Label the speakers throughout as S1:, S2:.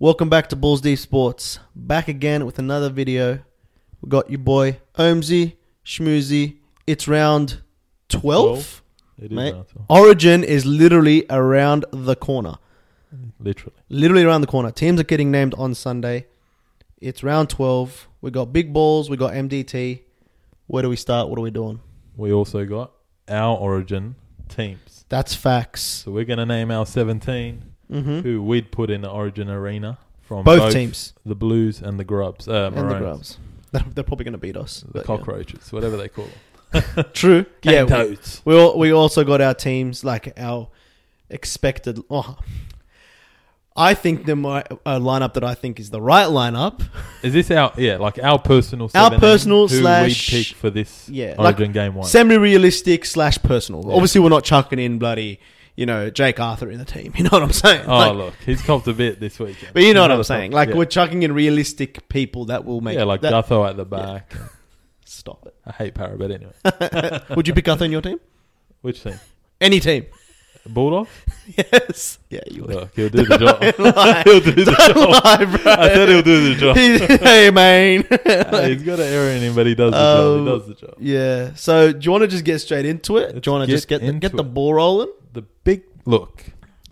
S1: Welcome back to Bulls Deep Sports. Back again with another video. We got your boy Omzy Schmoozy. It's round 12.
S2: Twelve. It is
S1: Mate.
S2: round twelve,
S1: Origin is literally around the corner.
S2: literally.
S1: Literally around the corner. Teams are getting named on Sunday. It's round 12. We got big balls. We got MDT. Where do we start? What are we doing?
S2: We also got our origin teams.
S1: That's facts.
S2: So we're going to name our 17
S1: hmm
S2: who we'd put in the origin arena from
S1: Both teams.
S2: the Blues and the Grubs. Uh,
S1: And the
S2: Maroons.
S1: Grubs. They're they're probably going to beat us.
S2: The
S1: but yeah.
S2: cockroaches, whatever they call them.
S1: True. Yeah. we-
S2: Toads.
S1: We all, we also got our teams like our expected. Oh, I think the my uh, lineup that I think is the right lineup.
S2: Is this our, yeah, like our personal
S1: Our
S2: 17
S1: personal
S2: who
S1: slash-
S2: we'd pick for this
S1: Yeah, like
S2: origin game one?
S1: semi-realistic slash personal.
S2: Yeah.
S1: Obviously, we're not chucking in bloody you know Jake Arthur in the team. You know what I'm saying?
S2: oh,
S1: Like,
S2: look, he's copped a bit this weekend.
S1: but you know what
S2: Another
S1: I'm saying.
S2: top-
S1: Like
S2: yeah.
S1: we're chucking in realistic people that will make
S2: yeah, like
S1: that,
S2: Gutho at the back.
S1: Stop it.
S2: I hate Parra, but anyway.
S1: Would you pick Arthur in your team?
S2: Which team?
S1: Any team?
S2: Bulldog?
S1: yes. Yeah, you would.
S2: Look, he'll do the job.
S1: Lie.
S2: he'll do the
S1: Don't
S2: job.
S1: lie, bro.
S2: I said he'll do the job.
S1: hey, man.
S2: Hey, he's got an error in him, but he does the
S1: Um,
S2: job. He does the job.
S1: Yeah. So do you want to just get straight into it?
S2: Let's
S1: do you want to
S2: get
S1: just get the,
S2: into
S1: get the
S2: it.
S1: ball rolling?
S2: The big look.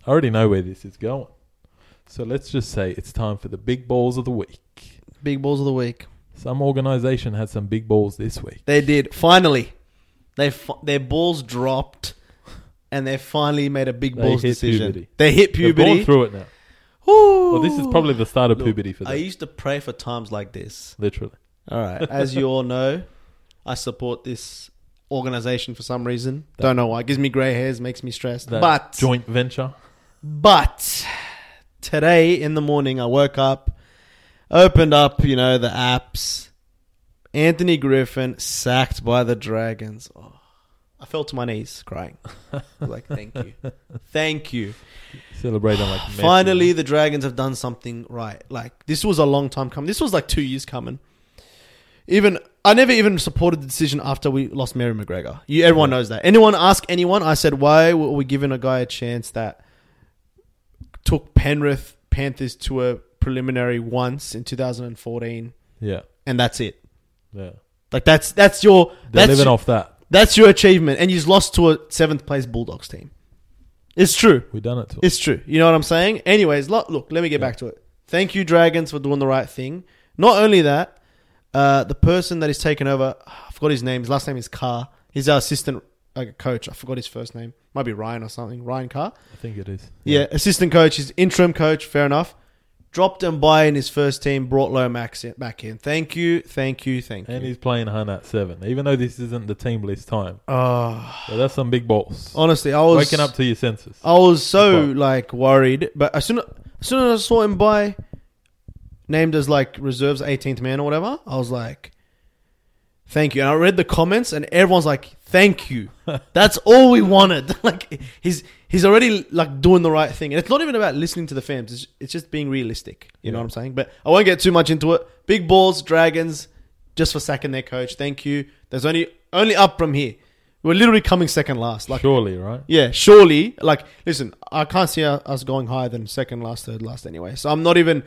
S2: I already know where this is going. So let's just say it's time for the big balls of the week.
S1: Big balls of the week.
S2: Some organization had some big balls this week.
S1: They did finally. They fi- their balls dropped, and they finally made a big
S2: They
S1: balls
S2: hit
S1: decision.
S2: puberty.
S1: They hit
S2: They've gone
S1: puberty.
S2: through it now.
S1: Ooh.
S2: Well, this is probably the start of
S1: Look,
S2: puberty for them.
S1: I used to pray for times like this.
S2: literally.
S1: All right, as you all know, I support this organization for some reason. Don't know why. gives me gray hairs, makes me stressed.
S2: That
S1: but
S2: joint venture.
S1: But today in the morning, I woke up, opened up, you know, the apps. Anthony Griffin sacked by the Dragons. Oh, I fell to my knees crying. I was like, thank you. Thank you.
S2: Celebrating like Messi.
S1: Finally, the Dragons have done something right. Like, this was a long time coming. This was like two years coming. Even I never even supported the decision after we lost Mary McGregor. You, everyone knows that. Anyone ask anyone? I said, why were we giving a guy a chance that took Penrith Panthers to a preliminary once in 2014,
S2: Yeah.
S1: and that's it.
S2: Yeah.
S1: Like that's that's your that's
S2: They're living
S1: your,
S2: off that.
S1: that's your achievement, and you have lost to a seventh place Bulldogs team. It's true.
S2: We done it to 'em.
S1: It's true. You know what I'm saying? Anyways, lo- look, let me get
S2: Yeah.
S1: back to it. Thank you, Dragons, for doing the right thing. Not only that, uh, the person that is taken over, I forgot his name. His last name is Carr. He's our assistant uh, coach. I forgot his first name. Might be Ryan or something. Ryan Carr.
S2: I think it is.
S1: Yeah, assistant coach. He's interim coach. Fair enough. Dropped him by in his first team. Brought Lomax in, back in. Thank you. Thank you. Thank
S2: And
S1: you.
S2: he's playing Hun at seven. Even though this isn't the team list time.
S1: Oh,
S2: So that's some big balls.
S1: honestly, I was Oh,
S2: Waking up to your senses.
S1: I was so
S2: Goodbye.
S1: like worried, but as soon as, soon as I saw him by named as like reserves 18th man or whatever, I was like, "Thank you." And I read the comments, and everyone's like, "Thank you." That's all we wanted. like he's he's already like doing the right thing, and it's not even about listening to the fans. It's, it's just being realistic. You know
S2: Yeah.
S1: what I'm saying? But I won't get too much into it. Big balls, dragons, just for sacking their coach. Thank you. There's only only up from here. We're literally coming second last. Like
S2: Surely, right?
S1: yeah, surely. Like, listen, I can't see us going higher than second, last, third, last anyway. So I'm not even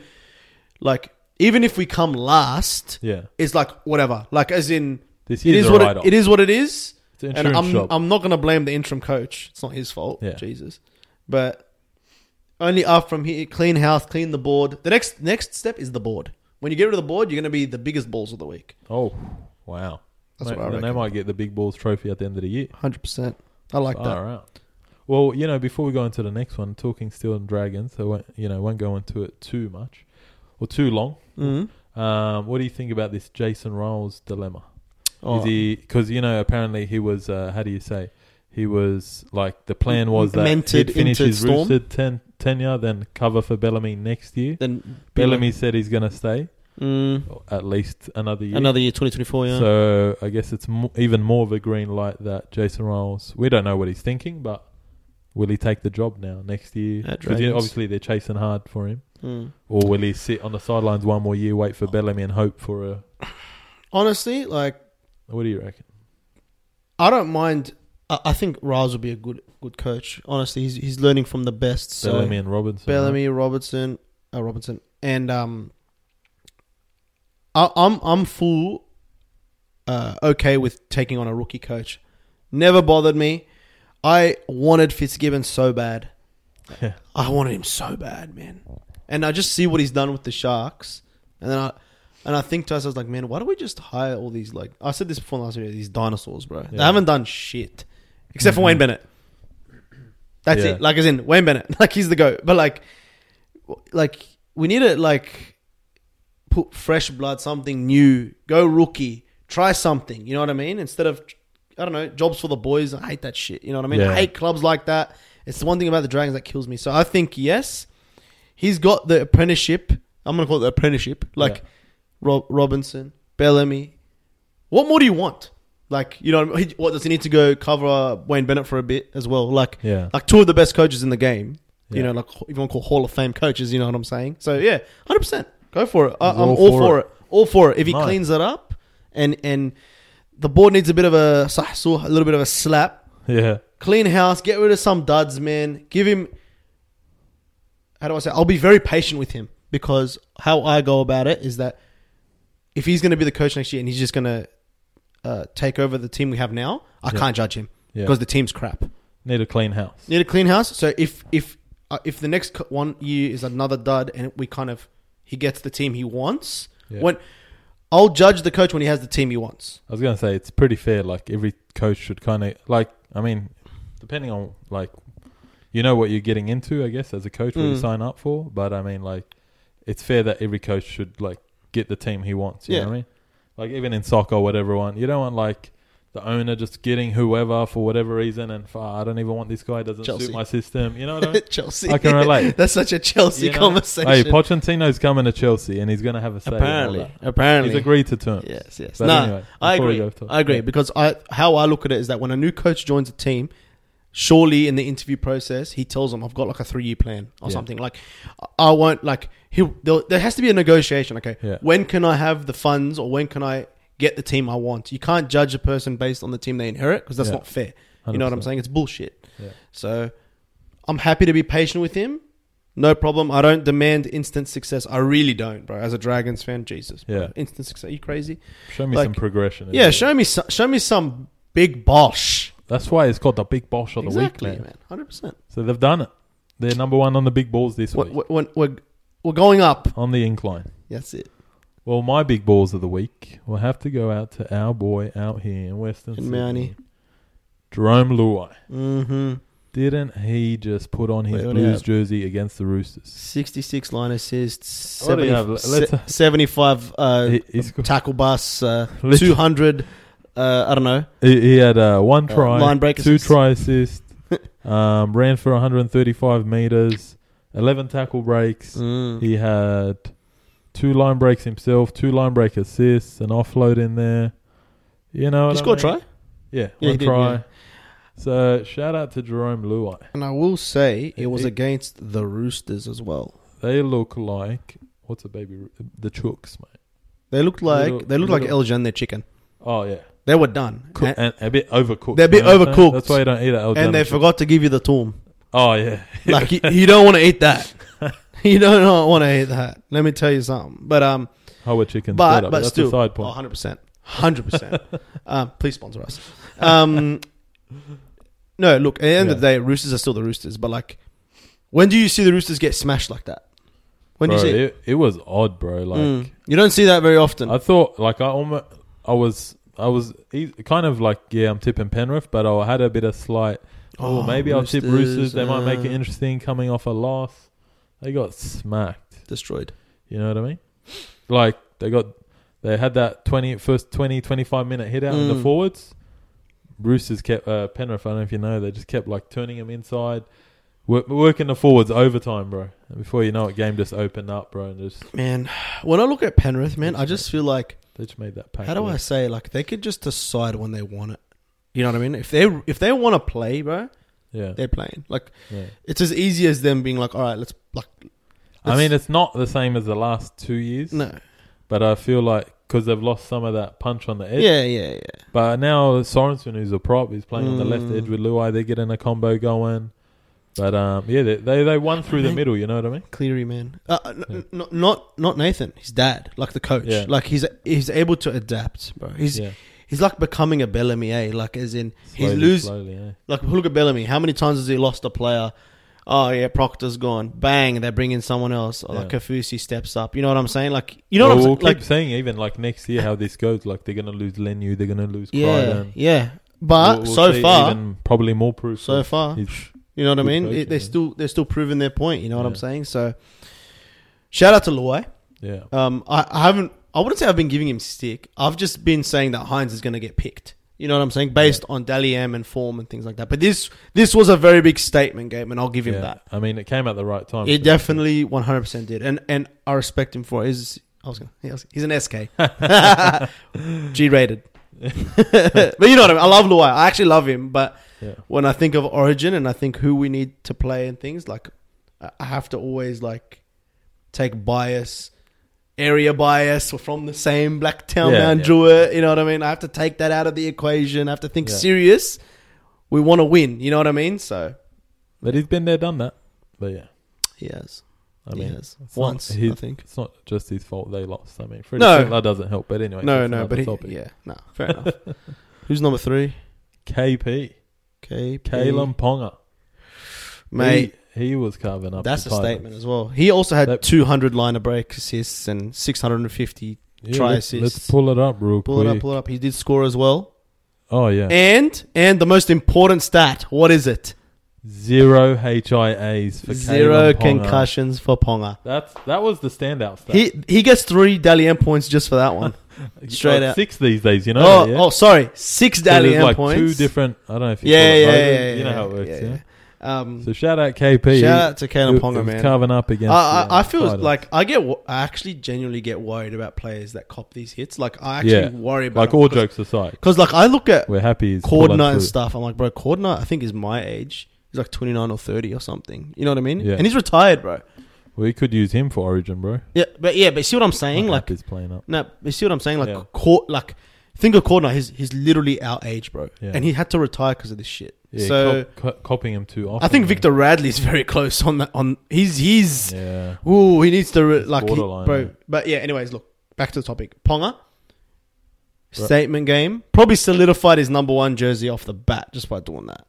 S1: like, even if we come last,
S2: Yeah.
S1: it's like whatever. Like, as in,
S2: This
S1: it
S2: is
S1: is
S2: a
S1: what
S2: write
S1: it,
S2: off.
S1: it is what it is.
S2: It's an
S1: And
S2: insurance
S1: I'm
S2: shop.
S1: I'm not gonna blame the interim coach. It's not his fault.
S2: Yeah.
S1: Jesus, but only up from here. Clean house, clean the board. The next next step is the board. When you get rid of the board, you're gonna be the biggest balls of the week.
S2: oh, wow.
S1: That's
S2: Mate,
S1: what I
S2: then they
S1: reckon.
S2: might get the big balls trophy at the end of the year.
S1: Hundred percent. I like
S2: Far
S1: that.
S2: out. Well, you know, before we go into the next one, talking steel and dragons, so won't, you know, won't go into it too much or too long.
S1: Mhm.
S2: Um, what do you think about this Jason Riles dilemma?
S1: Oh.
S2: Is he because you know apparently he was uh, how do you say he was like the plan was that
S1: Mentored
S2: he'd finish
S1: into
S2: his
S1: Storm?
S2: Roosted ten, tenure, then cover for Bellamy next year.
S1: Then
S2: Bellamy said he's going to stay
S1: Mm.
S2: at least another year.
S1: Another year, 2024. Yeah.
S2: So I guess it's mo- even more of a green light that Jason Riles. We don't know what he's thinking, but will he take the job now next year?
S1: At
S2: 'Cause, you know,
S1: Dragons.
S2: obviously they're chasing hard for him,
S1: Mm.
S2: or will he sit on the sidelines one more year, wait for
S1: Oh.
S2: Bellamy, and hope for a?
S1: Honestly, like
S2: What do you reckon?
S1: I don't mind. I, I think Riles will be a good good coach. Honestly, he's he's learning from the best. So
S2: Bellamy
S1: Bellamy,
S2: and Robinson.
S1: Robertson, uh, Robertson, and um, I, I'm I'm full uh, okay with taking on a rookie coach. Never bothered me. I wanted Fitzgibbon so bad.
S2: Yeah.
S1: I wanted him so bad, man. And I just see what he's done with the Sharks, and then I. And I think to us, I was like, man, why don't we just hire all these like I said this before last year, these dinosaurs, bro. They
S2: Yeah. Mm-hmm.
S1: haven't done shit. Except for Wayne Bennett. That's
S2: Yeah.
S1: it. Like as in Wayne Bennett. Like he's the goat. But like w- like we need to like put fresh blood, something new, go rookie, try something, you know what I mean? Instead of I don't know, jobs for the boys. I hate that shit. You know what I mean?
S2: Yeah.
S1: I hate clubs like that. It's the one thing about the Dragons that kills me. So I think yes, he's got the apprenticeship. I'm gonna call it the apprenticeship. Like
S2: Yeah.
S1: Rob- Robinson, Bellamy. What more do you want? Like you know, what, I mean? He- what does he need to go cover Wayne Bennett for a bit as well? Like
S2: Yeah.
S1: like two of the best coaches in the game. You know,
S2: Yeah.
S1: like if you want to call Hall of Fame coaches, you know what I'm saying. So yeah, hundred percent, go for it. I,
S2: He's
S1: I'm all,
S2: all for
S1: for it. all for it. If he
S2: Nice.
S1: cleans it up, and and the board needs a bit of a sahsuh, a little bit of a slap,
S2: Yeah.
S1: clean house, get rid of some duds, man. Give him. How do I say? I'll be very patient with him because how I go about it is that if he's going to be the coach next year and he's just going to uh, take over the team we have now, I
S2: Yeah.
S1: can't judge him
S2: Yeah.
S1: because the team's crap.
S2: Need a clean house.
S1: Need a clean house. So if if uh, if the next co- one year is another dud and we kind of he gets the team he wants,
S2: Yeah.
S1: when I'll judge the coach when he has the team he wants.
S2: I was gonna say it's pretty fair. Like every coach should kind of like. I mean, depending on like, you know what you're getting into. I guess as a coach, what you
S1: Mm.
S2: sign up for. But I mean, like, it's fair that every coach should like get the team he wants. You
S1: Yeah.
S2: know what I mean? Like even in soccer, or whatever one you don't want like the owner just getting whoever for whatever reason and "Fuck, I don't even want this guy. Doesn't
S1: Chelsea.
S2: suit my system. You know what I mean?
S1: Chelsea.
S2: I can relate.
S1: That's such a Chelsea
S2: You know?
S1: conversation.
S2: Hey, Pochettino's coming to Chelsea and he's gonna have a say. and all
S1: apparently,
S2: that.
S1: apparently,
S2: he's agreed to terms.
S1: Yes, yes.
S2: But
S1: no,
S2: anyway,
S1: I
S2: before we
S1: agree.
S2: go to-
S1: I agree
S2: Yeah.
S1: because I how I look at it is that when a new coach joins a team, surely in the interview process he tells them I've got like a three year plan or
S2: Yeah.
S1: something. Like I I won't like he there there has to be a negotiation. Okay,
S2: Yeah.
S1: when can I have the funds or when can I get the team I want? You can't judge a person based on the team they inherit because that's
S2: Yeah.
S1: not fair. You know what I'm
S2: 100%.
S1: saying? It's bullshit.
S2: Yeah.
S1: So I'm happy to be patient with him. No problem. I don't demand instant success. I really don't, bro. As a Dragons fan, Jesus. bro.
S2: Yeah.
S1: Instant success. Are you crazy?
S2: Show me
S1: Like-
S2: some progression. in
S1: Yeah,
S2: there.
S1: show me some, show me some big bosh.
S2: That's why it's called the Big Bosh of the
S1: Exactly,
S2: Week. man.
S1: man. Hundred percent.
S2: So they've done it. They're number one on the big balls this week
S1: We're, we're, we're, we're going up.
S2: on the incline.
S1: That's it.
S2: Well, my big balls of the week will have to go out to our boy out here in Western
S1: In
S2: Sydney,
S1: Mountie.
S2: Jerome Luai.
S1: Mm-hmm.
S2: Didn't he just put on his
S1: Put it
S2: Blues
S1: out.
S2: jersey against the Roosters?
S1: Sixty-six line assists.
S2: What do
S1: 70,
S2: you have? Let's-
S1: se- Seventy-five uh,
S2: He, he, sco-
S1: tackle bus. Uh,
S2: Let's-
S1: Two hundred. Uh, I don't know.
S2: he, he had uh, one
S1: Uh,
S2: try,
S1: line break
S2: two
S1: assist.
S2: try assists, um, ran for 135 meters, 11 tackle breaks.
S1: Mm.
S2: He had two line breaks himself, two line break assists, an offload in there. You know,
S1: He
S2: what I
S1: scored a
S2: mean?
S1: try.
S2: Yeah,
S1: Yeah, he
S2: one
S1: did,
S2: try.
S1: yeah.
S2: So shout out to Jerome Luai.
S1: And I will say it was
S2: He-
S1: against the Roosters as well.
S2: They look like what's a baby? Ro- The Chooks, mate.
S1: They looked like
S2: Little-
S1: they looked like
S2: little-
S1: El Jan their chicken.
S2: Oh yeah,
S1: They were done.
S2: Cook,
S1: and
S2: and, a bit overcooked.
S1: They're a bit
S2: you know what I'm saying?
S1: overcooked.
S2: That's why you don't eat it.
S1: and they forgot to give you the torm.
S2: Oh yeah,
S1: like you, you don't want to eat that. You don't want to eat that. Let me tell you something. But um,
S2: Howard chicken.
S1: but
S2: better,
S1: but
S2: that's
S1: still, oh,
S2: a side point.
S1: 100 percent, hundred percent. Please sponsor us. Um, no, look. At the end of the day, Roosters are still the Roosters. But like, when do you see the Roosters get smashed like that? When
S2: bro,
S1: do you see? It,
S2: it, it was odd, bro. Like
S1: Mm. you don't see that very often.
S2: I thought, like I almost, I was, I was e- kind of like, yeah, I'm tipping Penrith, but I had a bit of slight. Oh,
S1: Oh,
S2: maybe I'll tip
S1: Roosters,
S2: Roosters. They might make it
S1: uh.
S2: interesting coming off a loss. They got smacked.
S1: uh, Destroyed.
S2: You know what I mean? Like they got they had that 20 first 20 25 minute hit out in the
S1: Mm.
S2: forwards. Roosters kept uh, Penrith. I don't know if you know. They just kept like turning him inside, wor- working the forwards overtime, bro. And before you know it, game just opened up, bro, and just
S1: Man, when I look at Penrith, man, I just feel like
S2: they just made that pack.
S1: how do I
S2: work.
S1: say like they could just decide when they want it. You know what I mean? If they if they want to play, bro,
S2: Yeah,
S1: they're playing. Like
S2: yeah.
S1: it's as easy as them being like, all right, let's like.
S2: I mean, it's not the same as the last two years,
S1: no,
S2: but I feel like because they've lost some of that punch on the edge.
S1: yeah, yeah, yeah.
S2: But now Sorensen, who's a prop, he's playing on the left
S1: Mm.
S2: edge with Luai. They're getting a combo going. But um, yeah, they, they they won through the middle. You know what I mean?
S1: Cleary, man. Uh, n- n- not- not not Nathan. His dad, like the coach.
S2: Yeah.
S1: Like he's he's able to adapt, bro. He's
S2: yeah,
S1: he's like becoming a Bellamy, eh? Like as in he's
S2: Slowly,
S1: losing.
S2: slowly, yeah.
S1: Like look at Bellamy. How many times has he lost a player? Oh yeah, Proctor's gone. Bang, they bring in someone else. Or Like
S2: Yeah.
S1: Kafusi steps up. You know what I'm saying? Like you know what I'm
S2: we'll
S1: saying? Like
S2: keep saying even like next year how this goes. Like they're gonna lose Lenu, they're gonna lose
S1: yeah,
S2: Crichton.
S1: yeah. But
S2: We'll- we'll
S1: so
S2: see
S1: far,
S2: even probably more proof.
S1: so
S2: of
S1: far,
S2: his-
S1: You know what I
S2: Good
S1: mean?
S2: coach,
S1: It- they're
S2: yeah.
S1: still they're still proving their point. You know what I'm
S2: Yeah.
S1: saying? So, shout out to Loy.
S2: yeah,
S1: Um, I, I haven't. I wouldn't say I've been giving him stick. I've just been saying that Hines is going to get picked. You know what I'm saying? Based on Dally M and form and things like that. But this this was a very big statement game, and I'll give him
S2: yeah.
S1: that.
S2: I mean, it came at the right time.
S1: He
S2: so-
S1: definitely 100 percent did, and and I respect him for it. He's I was gonna, he was- he's an SK, G rated. but you know what I mean? I love Luai. I actually love him, but
S2: Yeah.
S1: when I think of Origin and I think who we need to play and things like, I I have to always like take bias, area bias, or from the same black town,
S2: Yeah,
S1: Mount
S2: yeah.
S1: Druitt. You know what I mean? I have to take that out of the equation. I have to think
S2: Yeah.
S1: serious. We want to win. You know what I mean? So
S2: But he's been there, done that. But yeah,
S1: he has.
S2: I mean,
S1: he has.
S2: it's not
S1: once. I
S2: his-
S1: think.
S2: it's not just his fault they lost. I mean, Freddie
S1: No.
S2: Sintler doesn't help. But anyway,
S1: No,
S2: that's
S1: no,
S2: another
S1: but he,
S2: topic.
S1: yeah, no, fair enough. Who's number three?
S2: KP
S1: K.
S2: Kalen Ponga,
S1: mate.
S2: he, he was carving up.
S1: That's
S2: the
S1: a
S2: Titans.
S1: statement as well. He also had
S2: That-
S1: 200 liner break assists and 650
S2: Yeah,
S1: try
S2: let's,
S1: assists.
S2: let's pull it up real
S1: Pull it
S2: quick.
S1: up, pull it up. He did score as well.
S2: Oh yeah,
S1: And and the most important stat, what is it?
S2: zero HIAs for
S1: Zero
S2: Kalen Ponga.
S1: concussions for Ponga.
S2: That's that was the standout stat.
S1: He he gets three Dally M points just for that one. straight
S2: Like
S1: out.
S2: six these days. You know,
S1: oh,
S2: yeah?
S1: oh, sorry, six
S2: So
S1: Dally
S2: there's
S1: M
S2: like
S1: points.
S2: two different. I don't know if you
S1: Yeah,
S2: call it
S1: yeah,
S2: voters,
S1: yeah, yeah,
S2: you know how
S1: yeah,
S2: it works. Yeah,
S1: yeah, Um,
S2: So shout out KP.
S1: shout out to
S2: He-
S1: Kalen
S2: he
S1: Ponga,
S2: was
S1: man.
S2: Carving up against.
S1: I,
S2: the,
S1: I, I
S2: uh,
S1: feel
S2: Titans.
S1: like I get, wo- I actually genuinely get worried about players that cop these hits. Like I actually
S2: Yeah.
S1: worry about
S2: like all jokes aside,
S1: because like I look at
S2: we're happy. he's pulling
S1: Cordner and
S2: through.
S1: stuff. I'm like, bro, Cordner, I think is my age. He's like 29 or 30 or something. You know what I mean?
S2: Yeah.
S1: And he's retired, bro.
S2: We could use him for Origin, bro.
S1: Yeah, but yeah, but see what I'm saying?
S2: Like,
S1: Like,
S2: he's playing up.
S1: no, you see what I'm saying? Like,
S2: Yeah.
S1: court, like, think of Cordner. He's he's literally our age, bro,
S2: Yeah.
S1: and he had to retire because of this shit.
S2: Yeah,
S1: so
S2: cop, co- copying him too often.
S1: I think
S2: man.
S1: Victor Radley's very close on that. On he's he's
S2: Yeah,
S1: ooh, he needs to re- like he,
S2: borderline,
S1: bro.
S2: man.
S1: But yeah, anyways, look back to the topic. Ponga
S2: Right.
S1: statement game probably solidified his number one jersey off the bat just by doing that.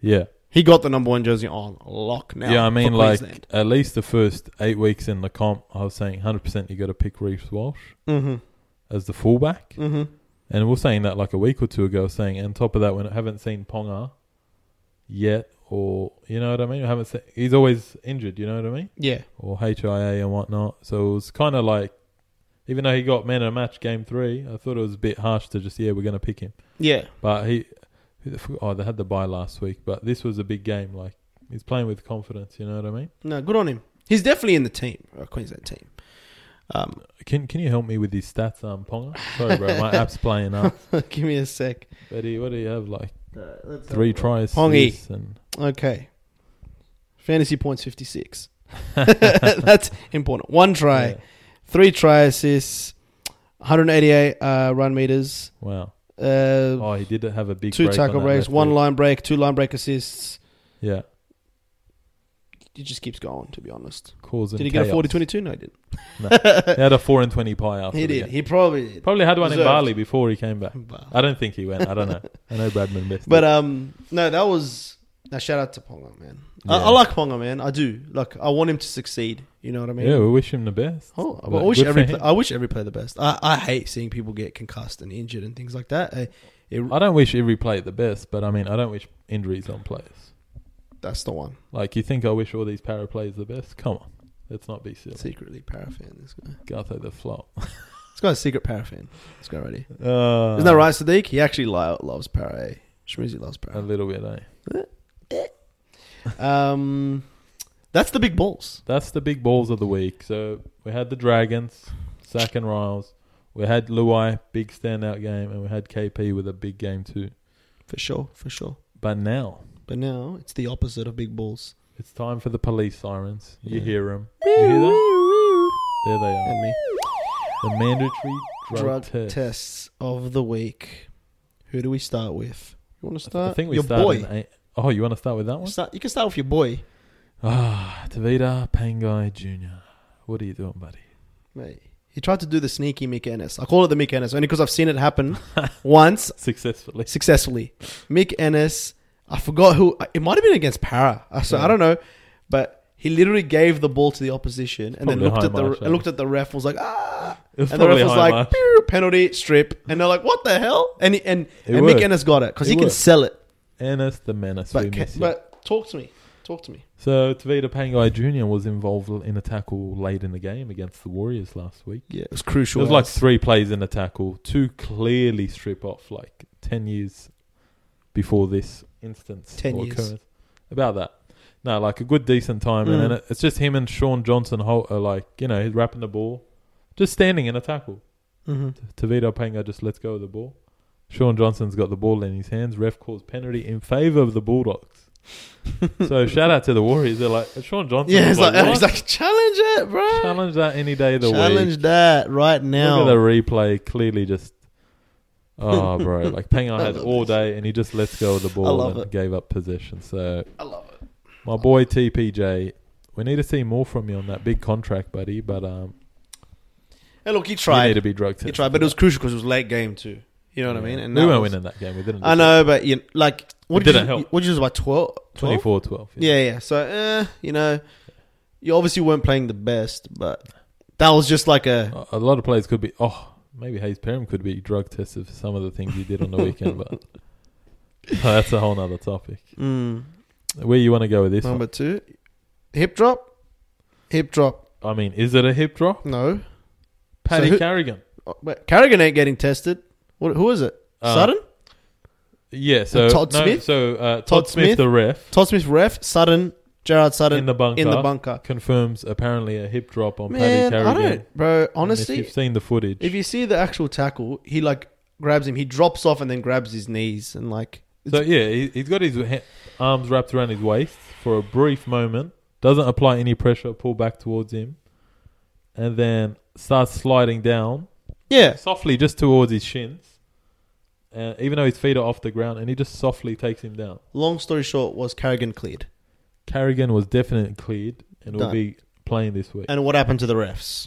S2: yeah,
S1: He got the number one jersey on lock now.
S2: yeah. I
S1: for
S2: mean, like
S1: Queensland.
S2: at least the first eight weeks in the comp, I was saying 100 percent you got to pick Reeves Walsh
S1: Mhm.
S2: as the fullback,
S1: Mhm.
S2: and we are saying that like a week or two ago. Saying, and top of that, when I haven't seen Ponga yet, or you know what I mean. I haven't seen. He's always injured. You know what I mean.
S1: yeah,
S2: or HIA and whatnot. So it was kind of like, even though he got man of the match game three, I thought it was a bit harsh to just yeah we're going to pick him.
S1: yeah.
S2: But he, oh they had the bye last week, but this was a big game. Like he's playing with confidence. You know what I mean?
S1: No, good on him. He's definitely in the team, uh, Queensland team. Um,
S2: Can Can you help me with these stats, um Ponga? Sorry, bro, my app's playing up.
S1: give me a sec.
S2: But he, what do you have like
S1: let's
S2: three tries?
S1: Pongy.
S2: assists, and
S1: Okay. Fantasy points 56. That's important. One try,
S2: yeah.
S1: three try assists, 188 uh, run meters,
S2: Wow.
S1: uh,
S2: Oh, he did have a big
S1: two
S2: break
S1: tackle
S2: on that
S1: breaks,
S2: left
S1: one
S2: leg.
S1: line break, two line break assists.
S2: Yeah,
S1: It just keeps going, to be honest.
S2: causing.
S1: Did he get a
S2: chaos.
S1: 40 22? No, he didn't.
S2: He had a four and twenty pie after.
S1: He
S2: the
S1: did.
S2: game.
S1: He probably did.
S2: Probably had one in
S1: Deserved.
S2: Bali before he came back.
S1: But,
S2: I don't think he went. I don't know. I know Bradman missed.
S1: but
S2: it.
S1: um, no, that was. Now, shout out to Ponga, man. I,
S2: Yeah.
S1: I like Ponga, man. I do. Like, I want him to succeed. You know what I mean?
S2: yeah, we wish him the best.
S1: Oh, I
S2: But
S1: wish
S2: good for
S1: every
S2: him.
S1: pla I wish every player the best. I, I hate seeing people get concussed and injured and things like that. I, it,
S2: I don't wish every player the best, but I mean, I don't wish injuries on players.
S1: that's the one
S2: Like you think I wish all these para players the best? Come on, let's not be silly.
S1: secretly parafan. This guy,
S2: Gatho the flop.
S1: this guy's a secret parafan. This guy already
S2: Uh,
S1: isn't that right, Sadiq? He actually li- loves para. eh? Shmoozy loves
S2: A
S1: para.
S2: little bit, eh?
S1: Um, that's the big balls.
S2: That's the big balls of the week. So we had the Dragons, Sack and Riles. We had Luai, big standout game, and we had KP with a big game too.
S1: For sure, for sure.
S2: But now
S1: But now it's the opposite of big balls.
S2: it's time for the police sirens. You
S1: Yeah.
S2: hear 'em. hear them? You hear that? There they are.
S1: And me.
S2: The mandatory drug,
S1: Drug
S2: test.
S1: tests of the week. Who do we start with? You want to
S2: I
S1: start?
S2: think we
S1: Your
S2: started
S1: boy.
S2: in A- Oh, you want to start with that one?
S1: Start, you can start with your boy,
S2: Ah, Tavita Pangai Jr. What are you doing, buddy?
S1: mate. He tried to do the sneaky Mick Ennis. I call it the Mick Ennis only because I've seen it happen once
S2: Successfully.
S1: successfully. Mick Ennis, I forgot who. It might have been against Para, Uh, so I
S2: Yeah.
S1: don't know, but he literally gave the ball to the opposition and then
S2: Probably
S1: looked
S2: high
S1: at the
S2: march,
S1: and looked at the ref. Was like ah,
S2: It was
S1: and the ref
S2: probably
S1: was
S2: high
S1: like
S2: march.
S1: "Pew, penalty strip, and they're like what the hell? And he, and,
S2: It
S1: and Mick
S2: worked.
S1: Ennis got it because
S2: It
S1: he can
S2: worked.
S1: sell it.
S2: Ennis the Menace. we
S1: But ca-
S2: miss you.
S1: but talk to me, talk to me.
S2: So Tavita Pangai Jr. was involved in a tackle late in the game against the Warriors last week.
S1: Yeah, it was crucial.
S2: There was like three plays in a tackle, two clearly strip off like ten years before this instance.
S1: 10 years.
S2: About that. No, like a good decent time,
S1: Mm.
S2: and then it's just him and Sean Johnson Holt are like you know he's wrapping the ball, just standing in a tackle.
S1: hmm
S2: Tavita Pangai just lets go of the ball. Sean Johnson's got the ball in his hands. Ref calls penalty in favor of the Bulldogs. so shout out to the Warriors. They're like Sean Johnson.
S1: Yeah, it's
S2: was
S1: like,
S2: "What?
S1: it's like challenge it, bro. Challenge,
S2: Challenge that any day of the week.
S1: that right now.
S2: Look at the replay. Clearly, just oh, bro, like Penga
S1: I
S2: had
S1: love
S2: all
S1: this.
S2: day, and he just let go of the ball
S1: love
S2: and
S1: it.
S2: gave up possession. So
S1: I love it.
S2: my boy TPJ, we need to see more from you on that big contract, buddy. But um,
S1: Hey, look, he
S2: you need
S1: tried.
S2: to be drug tested.
S1: He tried, but it was crucial because it was late game too. You know what I mean?
S2: we
S1: that
S2: weren't
S1: was-
S2: winning that game. We didn't.
S1: I know, but you like what
S2: It
S1: did you,
S2: didn't help.
S1: What did you lose by 12? 12?
S2: 24-12.
S1: Yeah, yeah. So, eh, you know, you obviously weren't playing the best, but that was just like a
S2: A- A lot of players could be. Oh, maybe Hayes Perham could be drug tested for some of the things he did on the weekend, but. that's a whole nother topic.
S1: mm,
S2: Where you want to go with Oh. this?
S1: number two hip drop, hip drop.
S2: one? I mean, is it a hip drop?
S1: No,
S2: Paddy
S1: who-
S2: Carrigan.
S1: Oh, but Carrigan ain't getting tested. What, who is it?
S2: Uh,
S1: Sutton,
S2: Yeah, so
S1: Todd
S2: no,
S1: Smith?
S2: So uh, Todd,
S1: Todd
S2: Smith,
S1: Smith?
S2: the ref,
S1: Todd Smith, ref Sutton, Gerard Sutton
S2: in the bunker,
S1: in the bunker.
S2: confirms apparently a hip drop on
S1: Man,
S2: Paddy
S1: I
S2: Carrigan.
S1: don't, bro.
S2: and if
S1: Honestly,
S2: you've seen the footage,
S1: if you see the actual tackle, he like grabs him. He drops off and then grabs his knees and like.
S2: so yeah, he, he's got his ha- arms wrapped around his waist for a brief moment, doesn't apply any pressure, pull back towards him, and then starts sliding down
S1: Yeah,
S2: softly just towards his shins. Uh, even though his feet are off the ground, and he just softly takes him down.
S1: long story short, was Carrigan cleared?
S2: Carrigan was definitely cleared and will
S1: Done.
S2: be playing this week.
S1: And what happened to the refs?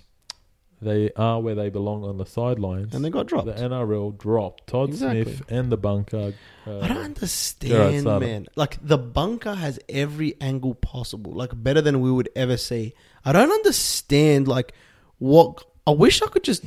S2: They are where they belong on the sidelines.
S1: And they got dropped.
S2: The NRL dropped Todd
S1: Exactly.
S2: Smith and the bunker. Uh,
S1: I don't
S2: Gerard
S1: understand,
S2: Sutton.
S1: man. Like the bunker has every angle possible, like better than we would ever see. I don't understand, like what. I wish I could just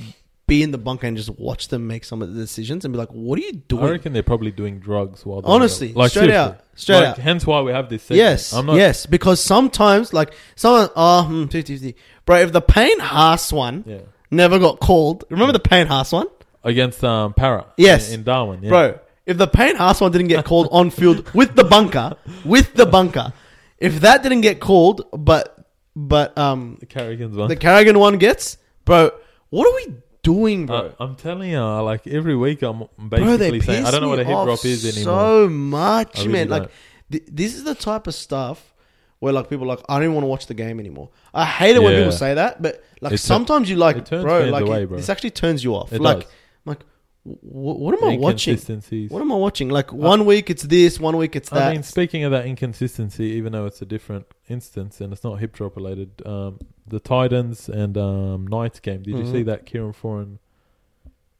S1: be in the bunker and just watch them make some of the decisions and be like, "What are you doing?"
S2: I reckon they're probably doing drugs while. they're
S1: Honestly,
S2: there. like
S1: straight
S2: seriously.
S1: out, straight
S2: Like,
S1: out.
S2: Hence why we have this. Segment.
S1: Yes,
S2: I'm not.
S1: yes, because sometimes, like someone, oh, hmm, 50-50. bro. If the Payne Haas one
S2: Yeah.
S1: never got called, remember the Payne Haas one,
S2: Against um, Para.
S1: Yes.
S2: In, in Darwin. Yeah.
S1: bro? If the Payne Haas one didn't get called on field with the bunker, with the bunker, if that didn't get called, but but um,
S2: The Carrigan's one.
S1: the Carrigan one gets, bro. What are we doing, bro?
S2: I, Uh, I'm telling you, I, like every week, I'm
S1: bro, they
S2: basically saying I
S1: piss
S2: don't know what
S1: me
S2: a hip
S1: off
S2: drop is anymore.
S1: So much,
S2: I really
S1: man. Like
S2: don't.
S1: th- this is the type of stuff where like people are like I don't even want to watch the game anymore. I hate it when
S2: Yeah.
S1: people say that, but like
S2: It tu-
S1: sometimes you like
S2: it turns
S1: bro,
S2: fans
S1: like
S2: away,
S1: it-
S2: bro.
S1: this actually turns you off.
S2: It
S1: like,
S2: does.
S1: I'm like w- what am I watching?
S2: Inconsistencies.
S1: What am I watching? Like one week it's this, one week it's that.
S2: Uh, I mean, speaking of that inconsistency, even though it's a different instance and it's not hip drop related, um, the Titans and um, Knights game. Did you
S1: Mhm.
S2: see that Kieran Foran?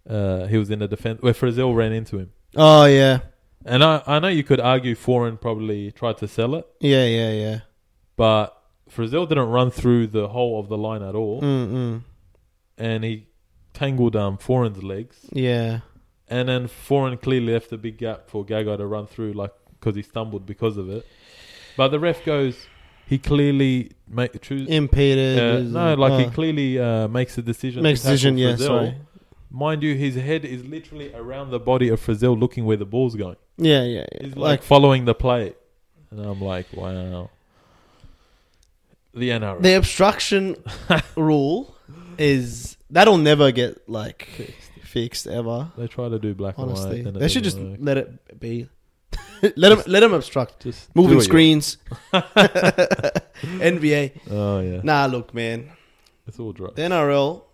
S2: Uh, he was in a defense where Frizzell ran into him,
S1: oh yeah,
S2: and I, I know you could argue Foran probably tried to sell it,
S1: yeah, yeah, yeah.
S2: but Frizzell didn't run through the whole of the line at all,
S1: Mm-mm.
S2: and he tangled um Foran's legs,
S1: Yeah,
S2: and then Foran clearly left a big gap for Gagai to run through, like because he stumbled because of it. But the ref goes, he clearly ma- choose,
S1: impeded.
S2: Uh,
S1: is-
S2: no, like
S1: uh,
S2: he clearly uh, makes a decision.
S1: makes
S2: to tackle
S1: decision. Yeah,
S2: Frizzell.
S1: sorry.
S2: Mind you, his head is literally around the body of Frizzell, looking where the ball's going.
S1: Yeah, yeah, yeah.
S2: He's like,
S1: Like,
S2: following the play, and I'm like, wow. The NRL.
S1: the obstruction rule is that'll never get like
S2: Fixed.
S1: fixed ever.
S2: they try to do black
S1: Honestly,
S2: and white. and it
S1: they should just
S2: doesn't work.
S1: let it be. let them let them obstruct.
S2: just do
S1: Moving
S2: what you
S1: screens, NBA.
S2: want. Oh yeah,
S1: Nah, look, man,
S2: it's all dry.
S1: the NRL.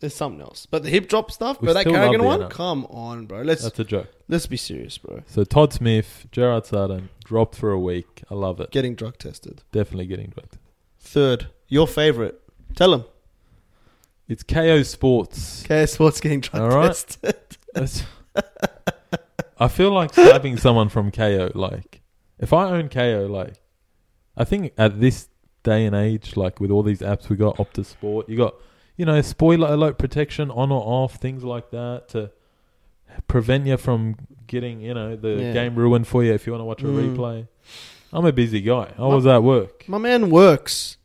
S1: There's something else, but the hip drop stuff,
S2: We
S1: bro. That
S2: still love
S1: Carrigan
S2: the
S1: one.
S2: NRL.
S1: Come on, bro. Let's
S2: That's a joke.
S1: let's be serious, bro.
S2: So Todd Smith, Gerard Sutton, dropped for a week. I love it.
S1: Getting drug tested.
S2: Definitely getting dropped.
S1: Third, your favorite. Tell him.
S2: It's KO Sports.
S1: KS Sports getting drug
S2: All right.
S1: tested.
S2: That's- I feel like slapping someone from KO. Like, if I own KO, like, I think at this day and age, like with all these apps we got, Optus Sport, you got, you know, spoiler alert protection on or off, things like that to prevent you from getting, you know, the
S1: Yeah.
S2: game ruined for you if you want to watch a
S1: Mm.
S2: replay. I'm a busy guy. I was at work.
S1: My man works.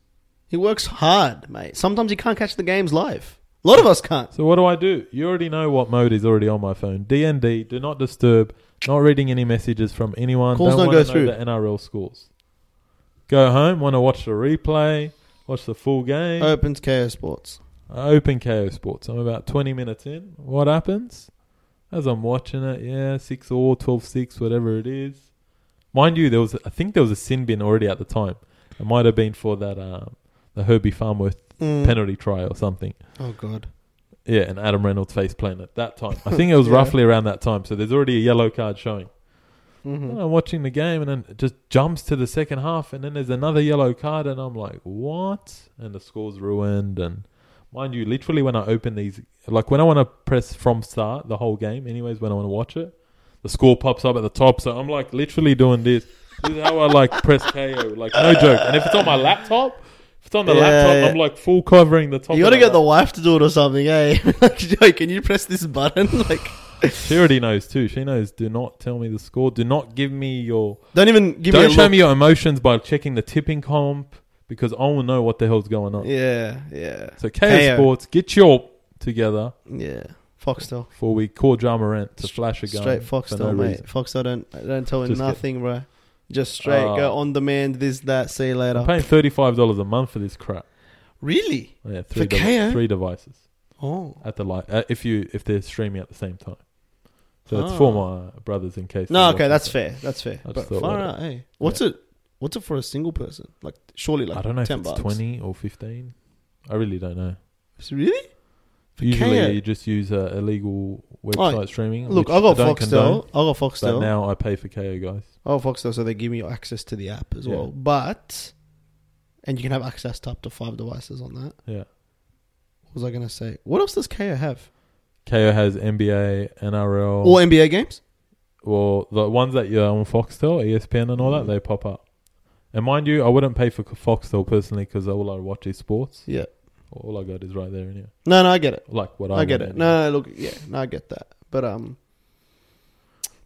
S1: He works hard, mate. Sometimes he can't catch the games live. A lot of us can't.
S2: So what do I do? You already know what mode is already on my phone. DND, do not disturb. Not reading any messages from anyone.
S1: Calls don't
S2: wanna
S1: go through.
S2: Know the NRL scores. Go home. Want to watch the replay? Watch the full game.
S1: Opens KS Sports.
S2: I open KO Sports. I'm about 20 minutes in. What happens? As I'm watching it, yeah, 6 or 12 6, whatever it is. Mind you, there was I think there was a sin bin already at the time. It might have been for that um, the Herbie Farmworth
S1: Mm.
S2: penalty try or something.
S1: Oh God.
S2: Yeah, and Adam Reynolds face plant at that time. I think it was
S1: Yeah.
S2: roughly around that time. So there's already a yellow card showing. And
S1: Mm-hmm.
S2: I'm watching the game, and then it just jumps to the second half, and then there's another yellow card, and I'm like, what? And the score's ruined. And mind you, literally when I open these, like when I want to press from start the whole game, anyways, when I want to watch it, the score pops up at the top. So I'm like literally doing this. This is how I like press KO, like no joke. And if it's on my laptop, if it's on the
S1: Yeah,
S2: laptop,
S1: yeah.
S2: I'm like full covering the top.
S1: You
S2: of
S1: gotta
S2: my
S1: get the wife to do it or something, eh? like, yo, can you press this button? Like,
S2: She already knows too. She knows. Do not tell me the score. Do not give me your.
S1: don't even give
S2: don't
S1: me a
S2: show
S1: look.
S2: me your emotions by checking the tipping comp because I will know what the hell's going on.
S1: Yeah, yeah,
S2: So KO,
S1: KO.
S2: Sports, get your together
S1: yeah. Foxtel.
S2: for we call John Morant to
S1: S-
S2: flash a gun.
S1: Straight
S2: for
S1: Foxtel,
S2: no
S1: mate.
S2: reason.
S1: Foxtel don't don't tell him
S2: Just get-
S1: nothing, bro. Just straight
S2: Ah.
S1: go on demand. This that. See you
S2: I'm
S1: later.
S2: paying thirty five dollars a month for this crap.
S1: really?
S2: Yeah, three
S1: For
S2: devi-
S1: KO?
S2: three devices
S1: Oh,
S2: at the light. Uh, if you if they're streaming at the same time, so it's
S1: Ah.
S2: for my brothers in case.
S1: no.
S2: they're
S1: Okay,
S2: watching
S1: that's
S2: something.
S1: fair. That's fair.
S2: I just
S1: But
S2: thought
S1: far
S2: about
S1: out, eh? What's it? What's it for a single person? Like, surely, like
S2: I don't know if
S1: 10
S2: it's
S1: bucks.
S2: twenty or fifteen. I really don't know.
S1: Really? For
S2: Usually,
S1: KO?
S2: you just use uh, illegal website streaming.
S1: Oh, Look,
S2: which
S1: I got
S2: don't condone,
S1: Foxtel. I got
S2: but
S1: Foxtel.
S2: now I pay for KO, guys.
S1: Oh, Foxtel, so they give you access to the app as
S2: Yeah.
S1: well. But, and you can have access to up to five devices on that.
S2: Yeah,
S1: What was I going to say? What else does KO have?
S2: KO has NBA, NRL,
S1: All NBA games?
S2: well, the ones that you're on E Foxtel, ESPN, and all that.
S1: Mm.
S2: They pop up. And mind you, I wouldn't pay for Foxtel personally because all I watch is sports.
S1: Yeah.
S2: All I got is right there in here,
S1: No, no, I get it.
S2: like what I,
S1: I, get
S2: want
S1: it.
S2: anyway.
S1: No, no, look, yeah, no, I get that. But, um,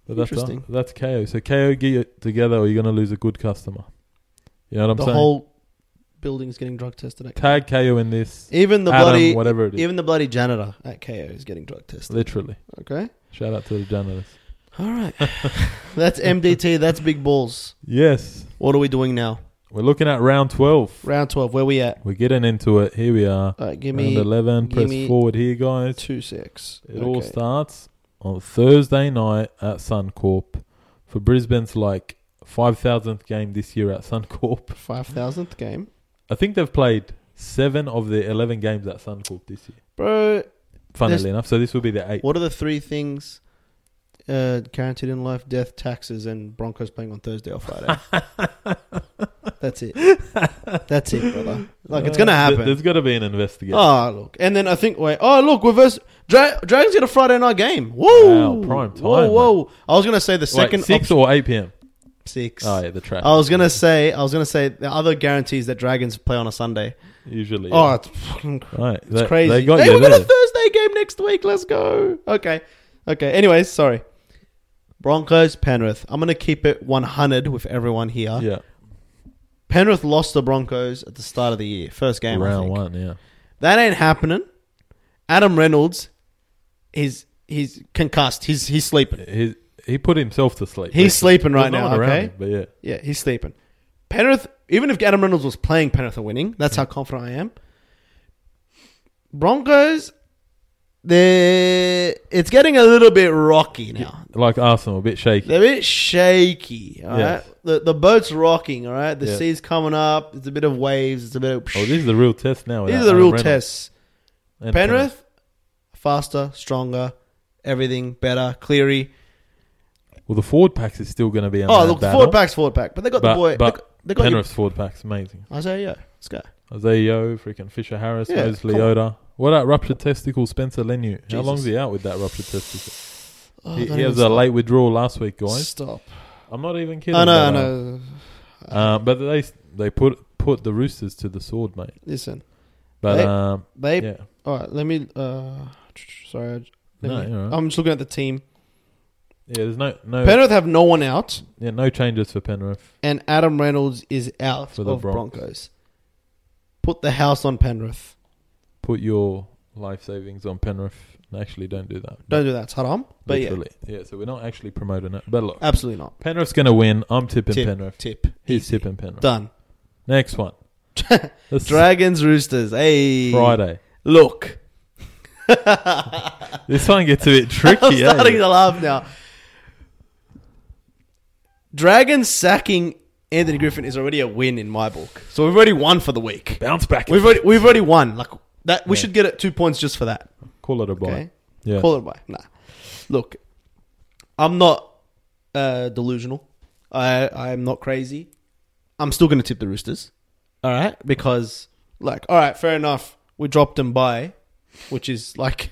S2: But that's
S1: Interesting.
S2: that's KO. So KO get it together, or you're gonna lose a good customer. You know what I'm
S1: the
S2: saying?
S1: whole building's getting drug tested. At
S2: Tag KO in this.
S1: Even the
S2: Adam,
S1: bloody,
S2: whatever it is,
S1: even the bloody janitor at KO is getting drug tested.
S2: literally.
S1: Okay.
S2: Shout out to the janitors.
S1: All right. that's MDT. That's big balls.
S2: Yes.
S1: What are we doing now?
S2: We're looking at round 12.
S1: Round 12. Where we at?
S2: We're getting into it. Here we are.
S1: All right, give
S2: round
S1: me
S2: 11.
S1: give
S2: Press
S1: me-
S2: forward here, guys.
S1: two six.
S2: It all
S1: Okay.
S2: starts on Thursday night at Suncorp for Brisbane's like 5,000th game this year at Suncorp.
S1: Five thousandth game,
S2: I think they've played seven of the 11 games at Suncorp this year,
S1: bro.
S2: funnily
S1: There's-
S2: enough. So this will be the eighth.
S1: What are the three things uh, guaranteed in life? Death, taxes, and Broncos playing on Thursday or Friday. That's it. That's it, brother. Like it's gonna
S2: Uh, th-
S1: happen.
S2: There's got to be an investigation.
S1: Ah, look, and then I think wait. Oh, look, with us, Dra- Dragons get a Friday night game. Whoa,
S2: Wow, prime time,
S1: Whoa, whoa. I was gonna say the
S2: Wait,
S1: second
S2: six
S1: option-
S2: or 8 p.m.?
S1: six.
S2: Oh, yeah, the track.
S1: I was gonna say, I was gonna say the other guarantees that Dragons play on a Sunday.
S2: Usually.
S1: Oh,
S2: yeah.
S1: it's fucking
S2: right.
S1: It's
S2: they-
S1: crazy.
S2: They got
S1: hey,
S2: you
S1: we got a
S2: there.
S1: Thursday game next week. Let's go. Okay. Okay. Anyways, sorry. Broncos, Penrith. I'm going to keep it 100 with everyone here.
S2: Yeah.
S1: Penrith lost the Broncos at the start of the year. First game. I
S2: round
S1: think.
S2: one, yeah.
S1: That ain't happening. Adam Reynolds is he's concussed. He's he's sleeping.
S2: He he put himself to sleep.
S1: He's sleeping right
S2: There's no
S1: now,
S2: one around
S1: okay?
S2: him, but yeah,
S1: Yeah, he's sleeping. Penrith, even if Adam Reynolds was playing, Penrith are winning. That's how confident I am. Broncos, they it's getting a little bit rocky now.
S2: like Arsenal, a bit shaky.
S1: They're a bit shaky. All right,
S2: Yes.
S1: the the boat's rocking. All right, the
S2: Yeah.
S1: sea's coming up. It's a bit of waves. It's a bit. Of
S2: Oh, this Oh, is the real test now.
S1: these
S2: without
S1: are the
S2: Aaron
S1: real
S2: Reynolds
S1: tests.
S2: and
S1: Penrith, faster, stronger, everything better. Cleary.
S2: Well, the forward packs is still going to be a
S1: Oh,
S2: mad
S1: look,
S2: battle,
S1: forward pack's forward pack, but they got
S2: But-
S1: the boy.
S2: but
S1: they got, they got your,
S2: Penrith's forward pack's amazing.
S1: Isaiah. Yo, Let's go.
S2: Isaiah Yo, freaking Fisher Harris,
S1: Yeah,
S2: Mosley
S1: come on.
S2: Leota. What about ruptured testicle, Spencer Lenu? How
S1: Jesus.
S2: long's he out with that ruptured testicle?
S1: Oh,
S2: he
S1: don't
S2: he
S1: even
S2: has a late withdrawal last week, guys.
S1: Stop. Oh,
S2: I'm not even kidding.
S1: I know. I
S2: but, uh,
S1: know.
S2: Uh, but they they put put the Roosters to the sword, mate.
S1: Listen,
S2: But
S1: They-
S2: um,
S1: they
S2: yeah,
S1: All right, let me. Uh, sorry, I-
S2: No,
S1: let me,
S2: you're all right.
S1: I'm just looking at the team.
S2: yeah. There's no no
S1: Penrith have no one out,
S2: yeah, no changes for Penrith.
S1: and Adam Reynolds is out
S2: For the
S1: of
S2: Bronx.
S1: Broncos. Put the house on Penrith.
S2: Put your life savings on Penrith. Actually, don't do that.
S1: Don't do that, it's haram. But yeah,
S2: Literally. yeah. So we're not actually promoting it. But look,
S1: absolutely not.
S2: Penrith's gonna win. I'm tipping
S1: Tip.
S2: Penrith.
S1: Tip
S2: He's tipping Penrith.
S1: done.
S2: Next one. This
S1: Dragons, Roosters. Hey,
S2: Friday.
S1: Look,
S2: This one gets a bit
S1: I'm
S2: tricky. eh?
S1: starting to laugh now. Dragons sacking Anthony Griffin is already a win in my book. So we've already won for the week.
S2: Bounce back.
S1: We've already we've already won. Like that, we
S2: Yeah.
S1: should get it two points just for that.
S2: Call it a buy.
S1: Okay,
S2: Yeah.
S1: call it by. Nah, look, I'm not uh, delusional. I I'm not crazy. I'm still going to tip the Roosters. All right, because like, all right, fair enough. We dropped them by, which is like,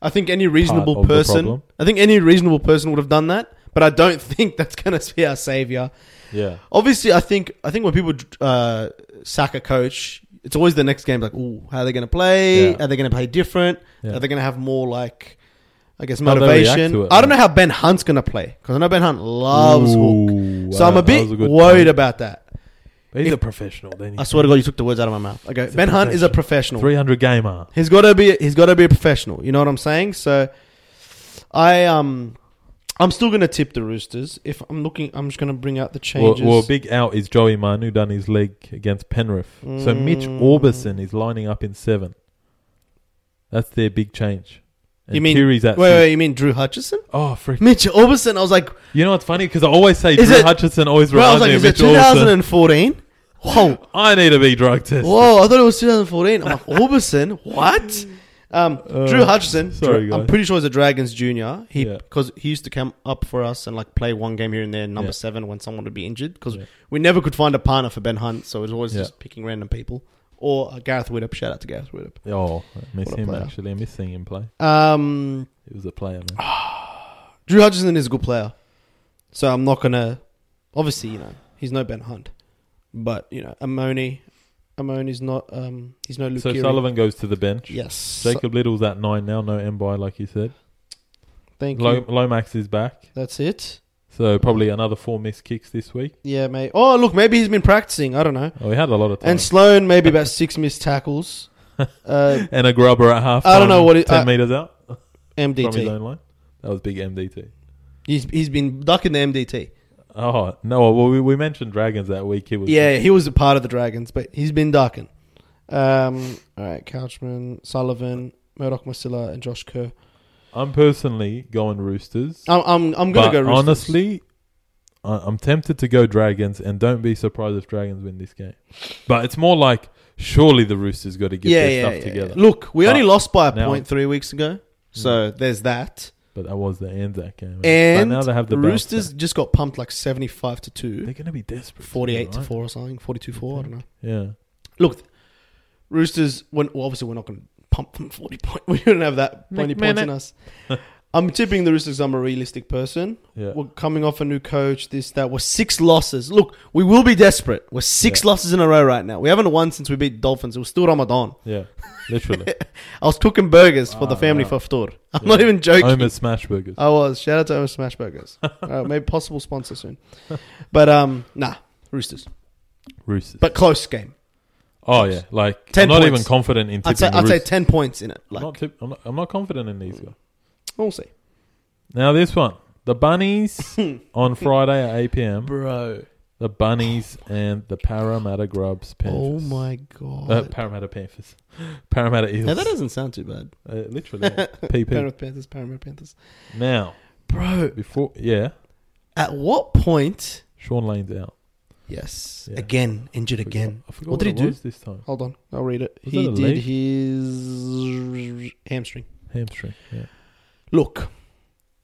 S1: I think any reasonable
S2: of the
S1: person,
S2: problem.
S1: I think any reasonable person would have done that. But I don't think that's going to be our savior.
S2: yeah.
S1: Obviously, I think I think when people uh, sack a coach, it's always the next game. Like, ooh, how are they going to play?
S2: Yeah.
S1: Are they going to play different?
S2: Yeah.
S1: Are they going to have more like, I guess,
S2: How they react
S1: motivation?
S2: to it,
S1: I don't
S2: right.
S1: know how Ben Hunt's going to play because I know Ben Hunt loves hook,
S2: Ooh,
S1: so
S2: wow,
S1: I'm a
S2: that
S1: bit
S2: was good
S1: worried
S2: point.
S1: about that.
S2: He's
S1: if-
S2: a professional. Then
S1: I swear to God, you took the words out of my mouth. Okay,
S2: a
S1: Ben Hunt is a
S2: profession.
S1: professional.
S2: three hundred gamer.
S1: He's got to be. He's got to be a professional. You know what I'm saying? So, I um, I'm still going to tip the Roosters. If I'm looking, I'm just going to bring out the
S2: Well,
S1: changes.
S2: well, big out is Joey Manu done his leg against Penrith. So Mitch
S1: Mm.
S2: Orbison is lining up in seven. That's their big change. And
S1: You mean-
S2: Kiri's at
S1: wait,
S2: six.
S1: wait, you mean Drew Hutchison?
S2: Oh, freak.
S1: Mitchell Orbison. I was like,
S2: You know what's funny? Because I always say
S1: Is
S2: Drew
S1: it-
S2: Hutchinson always
S1: bro, I was
S2: reminds
S1: like,
S2: me of
S1: is it
S2: Mitch Orbison.
S1: 2014? Whoa,
S2: I need to be drug tested.
S1: whoa! I thought it was 2014. I'm like, Orbison, what? Um,
S2: Uh,
S1: Drew Hutchison.
S2: sorry,
S1: Drew- I'm
S2: guys.
S1: pretty sure he's a Dragons junior. He
S2: Yeah.
S1: because he used to come up for us and like play one game here and there, number
S2: Yeah.
S1: seven when someone would be injured because
S2: Yeah.
S1: we never could find a partner for Ben Hunt, so it was always
S2: Yeah.
S1: just picking random people or uh, Gareth Widdop. Shout out to Gareth Widdop.
S2: Oh, I miss
S1: What a
S2: him
S1: player.
S2: actually. I miss seeing him play.
S1: Um,
S2: He was a player,
S1: Ah,
S2: man.
S1: Drew Hutchison is a good player, so I'm not gonna. Obviously, you know he's no Ben Hunt, but you know Amoni, Amoni's not. Um, he's no Luke.
S2: so
S1: Keary.
S2: Sullivan goes to the bench.
S1: yes. So,
S2: Jacob Little's at nine now. No M by, like you said.
S1: thank
S2: Lo-
S1: you.
S2: Lomax is back.
S1: That's it.
S2: So probably another four missed kicks this week.
S1: Yeah, mate. Oh, look, maybe he's been practicing. I don't know.
S2: Oh, he had a lot of time.
S1: And Sloan, maybe about six missed tackles. Uh,
S2: and a grubber at half.
S1: I don't know what it-
S2: ten
S1: I-
S2: meters out from his
S1: MDT.
S2: own line. That was big MDT.
S1: He's he's been ducking the MDT.
S2: Oh no! Well, we, we mentioned dragons that week. He was
S1: Yeah, he was a part of the Dragons, but he's been ducking. Um, all right, Couchman, Sullivan, Murdoch Masilla, and Josh Kerr.
S2: I'm personally going Roosters.
S1: I'm I'm, I'm gonna
S2: but
S1: go. Roosters.
S2: honestly, I, I'm tempted to go Dragons, and don't be surprised if Dragons win this game. But it's more like surely the Roosters got to get their stuff together.
S1: Look, we
S2: But
S1: only lost by a
S2: now-
S1: point three weeks ago, so there's that.
S2: But that was the Anzac game.
S1: And
S2: but now they have the bounce
S1: Roosters
S2: back.
S1: just got pumped like seventy-five to two,
S2: They're going to be desperate.
S1: forty-eight to
S2: right?
S1: four or something, forty-two four. I don't know.
S2: Yeah.
S1: Look, Roosters. When well, obviously we're not going to pump them forty point. We don't have that many points in
S2: McMahon.
S1: us. I'm tipping the Roosters. I'm a realistic person.
S2: Yeah.
S1: We're coming off a new coach. This that. We're six losses. Look, we will be desperate. We're six
S2: Yeah.
S1: losses in a row right now. We haven't won since we beat Dolphins. It was still Ramadan.
S2: yeah. Literally.
S1: I was cooking burgers for the
S2: Ah,
S1: family for
S2: wow.
S1: iftar. I'm
S2: Yeah.
S1: not even joking.
S2: Homer Smash Burgers.
S1: I was. Shout out to Owen Smash Burgers. uh, maybe possible sponsor soon. But um, nah, Roosters.
S2: Roosters.
S1: But close game.
S2: Oh yeah, like
S1: 10
S2: I'm not
S1: points.
S2: even confident in tipping
S1: I'd say
S2: the
S1: I'd say
S2: Roosters.
S1: ten points in it.
S2: I'm,
S1: Like
S2: not tip, I'm, not, I'm not confident in these guys.
S1: we'll see,
S2: Now this one, the Bunnies on Friday at 8 p.m.
S1: bro.
S2: The Bunnies and the Parramatta Grubs
S1: Oh
S2: Panthers.
S1: my
S2: Uh,
S1: god.
S2: Parramatta Panthers, Parramatta Eels.
S1: now that doesn't sound too bad.
S2: uh, literally PP.
S1: Penrith Panthers, Parramatta Panthers,
S2: now
S1: bro.
S2: before, yeah,
S1: At what point?
S2: Sean Lane's out
S1: Yes,
S2: Yeah.
S1: again injured again.
S2: I
S1: What
S2: forgot what,
S1: did
S2: it
S1: he do?
S2: was this time.
S1: Hold on, I'll read it.
S2: Was
S1: he
S2: that a
S1: did his hamstring.
S2: Hamstring. Yeah.
S1: Look,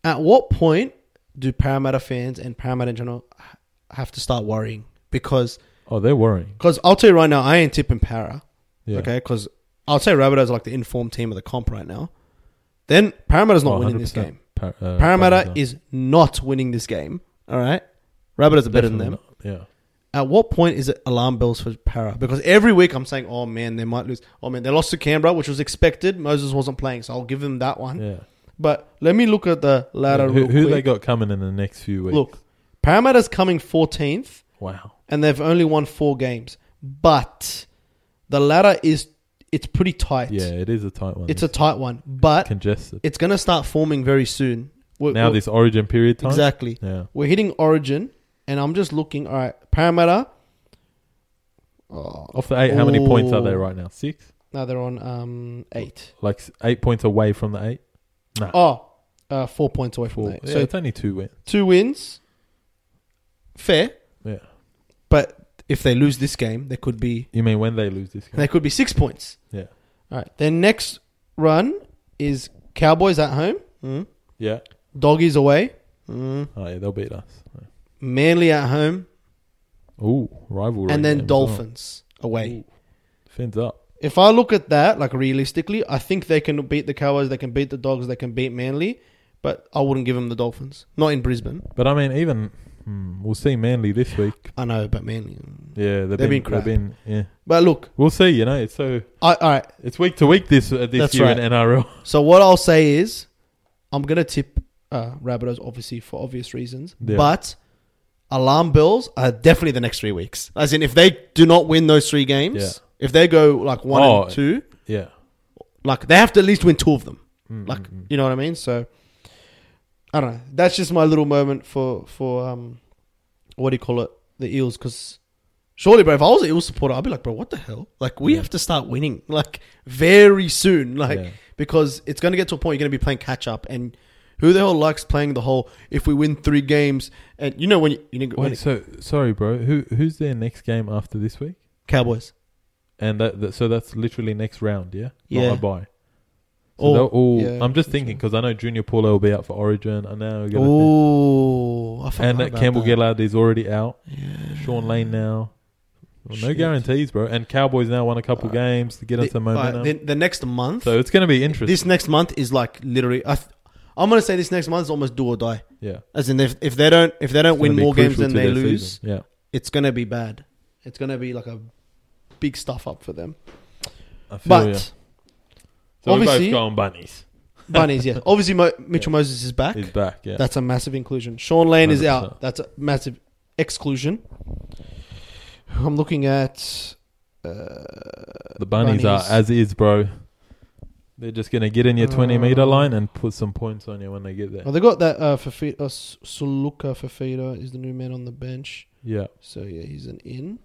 S1: at what point do Parramatta fans and Parramatta in general ha- have to start worrying? Because
S2: Oh, they're worrying.
S1: cause I'll tell you right now, I ain't tipping Para.
S2: Yeah.
S1: Okay, because I'll say Rabbitohs are like the informed team of the comp right now. Then Parramatta's not
S2: Oh,
S1: winning this
S2: 100%.
S1: game.
S2: Par- uh,
S1: Parramatta is not winning this game. All right, Rabbitohs are better than them.
S2: Definitely not.
S1: At what point is it alarm bells for Para? Because every week I'm saying, "Oh man, they might lose. Oh man, they lost to Canberra, which was expected. Moses wasn't playing, so I'll give them that one."
S2: Yeah. Yeah.
S1: But let me look at the ladder.
S2: Yeah, Who,
S1: real
S2: who they
S1: quick.
S2: got coming in the next few weeks?
S1: Look, Parramatta's coming 14th,
S2: Wow.
S1: and they've only won four games. But the ladder is it's pretty tight.
S2: Yeah, it is a tight one.
S1: It's a tight one, but
S2: congested.
S1: it's going to start forming very soon. We're,
S2: now
S1: we're-
S2: this origin period time.
S1: exactly.
S2: Yeah.
S1: We're hitting Origin, and I'm just looking. All right, Parramatta. Oh,
S2: Off the eight, how many points are they
S1: Ooh.
S2: right now? Six.
S1: now they're on um eight.
S2: Like s- eight points away from the eight. Nah.
S1: Oh, uh, four points away from
S2: Four.
S1: eight.
S2: Yeah,
S1: So
S2: it's only two wins.
S1: two wins, fair.
S2: Yeah.
S1: But if they lose this game, they could be
S2: You mean when they lose this game?
S1: they could be six points.
S2: Yeah.
S1: All right. Their next run is Cowboys at home, mm.
S2: yeah.
S1: Doggies away, mm.
S2: Oh yeah, they'll beat us.
S1: Manly at home,
S2: Ooh, rivalry.
S1: and
S2: game
S1: then
S2: as well.
S1: Dolphins away.
S2: Ooh. Fins up.
S1: If I look at that, like realistically, I think they can beat the Cowboys, they can beat the Dogs, they can beat Manly, but I wouldn't give them the Dolphins. Not in Brisbane.
S2: But I mean, even hmm, we'll see Manly this week.
S1: I know, but Manly. mm.
S2: Yeah, they've,
S1: They've
S2: been,
S1: been crap.
S2: they've been. Yeah,
S1: But look,
S2: we'll see. You know, it's so
S1: I, all right.
S2: it's week to week this uh, this
S1: That's
S2: year
S1: right.
S2: in NRL.
S1: So what I'll say is, I'm gonna tip uh, Rabbitohs, obviously for obvious reasons.
S2: Yeah.
S1: But alarm bells are definitely the next three weeks. As in, if they do not win those three games, if they go like one
S2: Oh.
S1: and two,
S2: Yeah,
S1: like they have to at least win two of them.
S2: Mm,
S1: Like
S2: mm, mm.
S1: you know what I mean? So I don't know. That's just my little moment for for um, what do you call it? The Eels, because surely, bro, if I was an Eels supporter, I'd be like, bro, what the hell? Like we
S2: Yeah.
S1: have to start winning like very soon, like
S2: Yeah.
S1: because it's going to get to a point you're going to be playing catch up and. Who the hell likes playing the whole? If we win three games, and you know when you, you know, when
S2: Wait, so sorry, bro. Who who's their next game after this week?
S1: Cowboys,
S2: And that, that so that's literally next round. Yeah,
S1: Yeah.
S2: Not a bye. So
S1: Oh,
S2: they'll all,
S1: yeah,
S2: I'm
S1: that's
S2: just thinking
S1: right.
S2: because I know Junior Paulo will be out for Origin. I know. we got a thing.
S1: oh, I forgot
S2: And that
S1: about
S2: Campbell
S1: that.
S2: Gillard is already out.
S1: Yeah.
S2: Sean Lane now. Well, no
S1: Shit. Uh,
S2: guarantees, bro. And Cowboys now won a couple
S1: Alright.
S2: games to get
S1: The-
S2: into the,
S1: alright,
S2: momentum.
S1: the, the next month,
S2: so it's going to be interesting.
S1: This next month is like literally. I th- I'm gonna say this next month is almost do or die.
S2: yeah.
S1: As in, if, if they don't if they don't
S2: It's
S1: win
S2: gonna be
S1: more games
S2: crucial
S1: than
S2: to
S1: they
S2: their
S1: lose,
S2: season. Yeah.
S1: it's gonna be bad. It's gonna be like a big stuff up for them.
S2: I feel
S1: But
S2: ya. So we both
S1: obviously-
S2: gone bunnies.
S1: bunnies, yes. Obviously, Mo- Mitchell
S2: Yeah.
S1: Moses is back.
S2: He's back, yeah.
S1: That's a massive inclusion. Sean Lane is
S2: 100%.
S1: out. That's a massive exclusion. I'm looking at. Uh,
S2: the bunnies, are as is, bro. They're just going to get in your 20 meter
S1: Uh,
S2: line and put some points on you when they get there.
S1: well, they got that uh, Fafita, uh, S- Suluka Fafita is the new man on the bench.
S2: Yeah.
S1: So yeah, he's an in.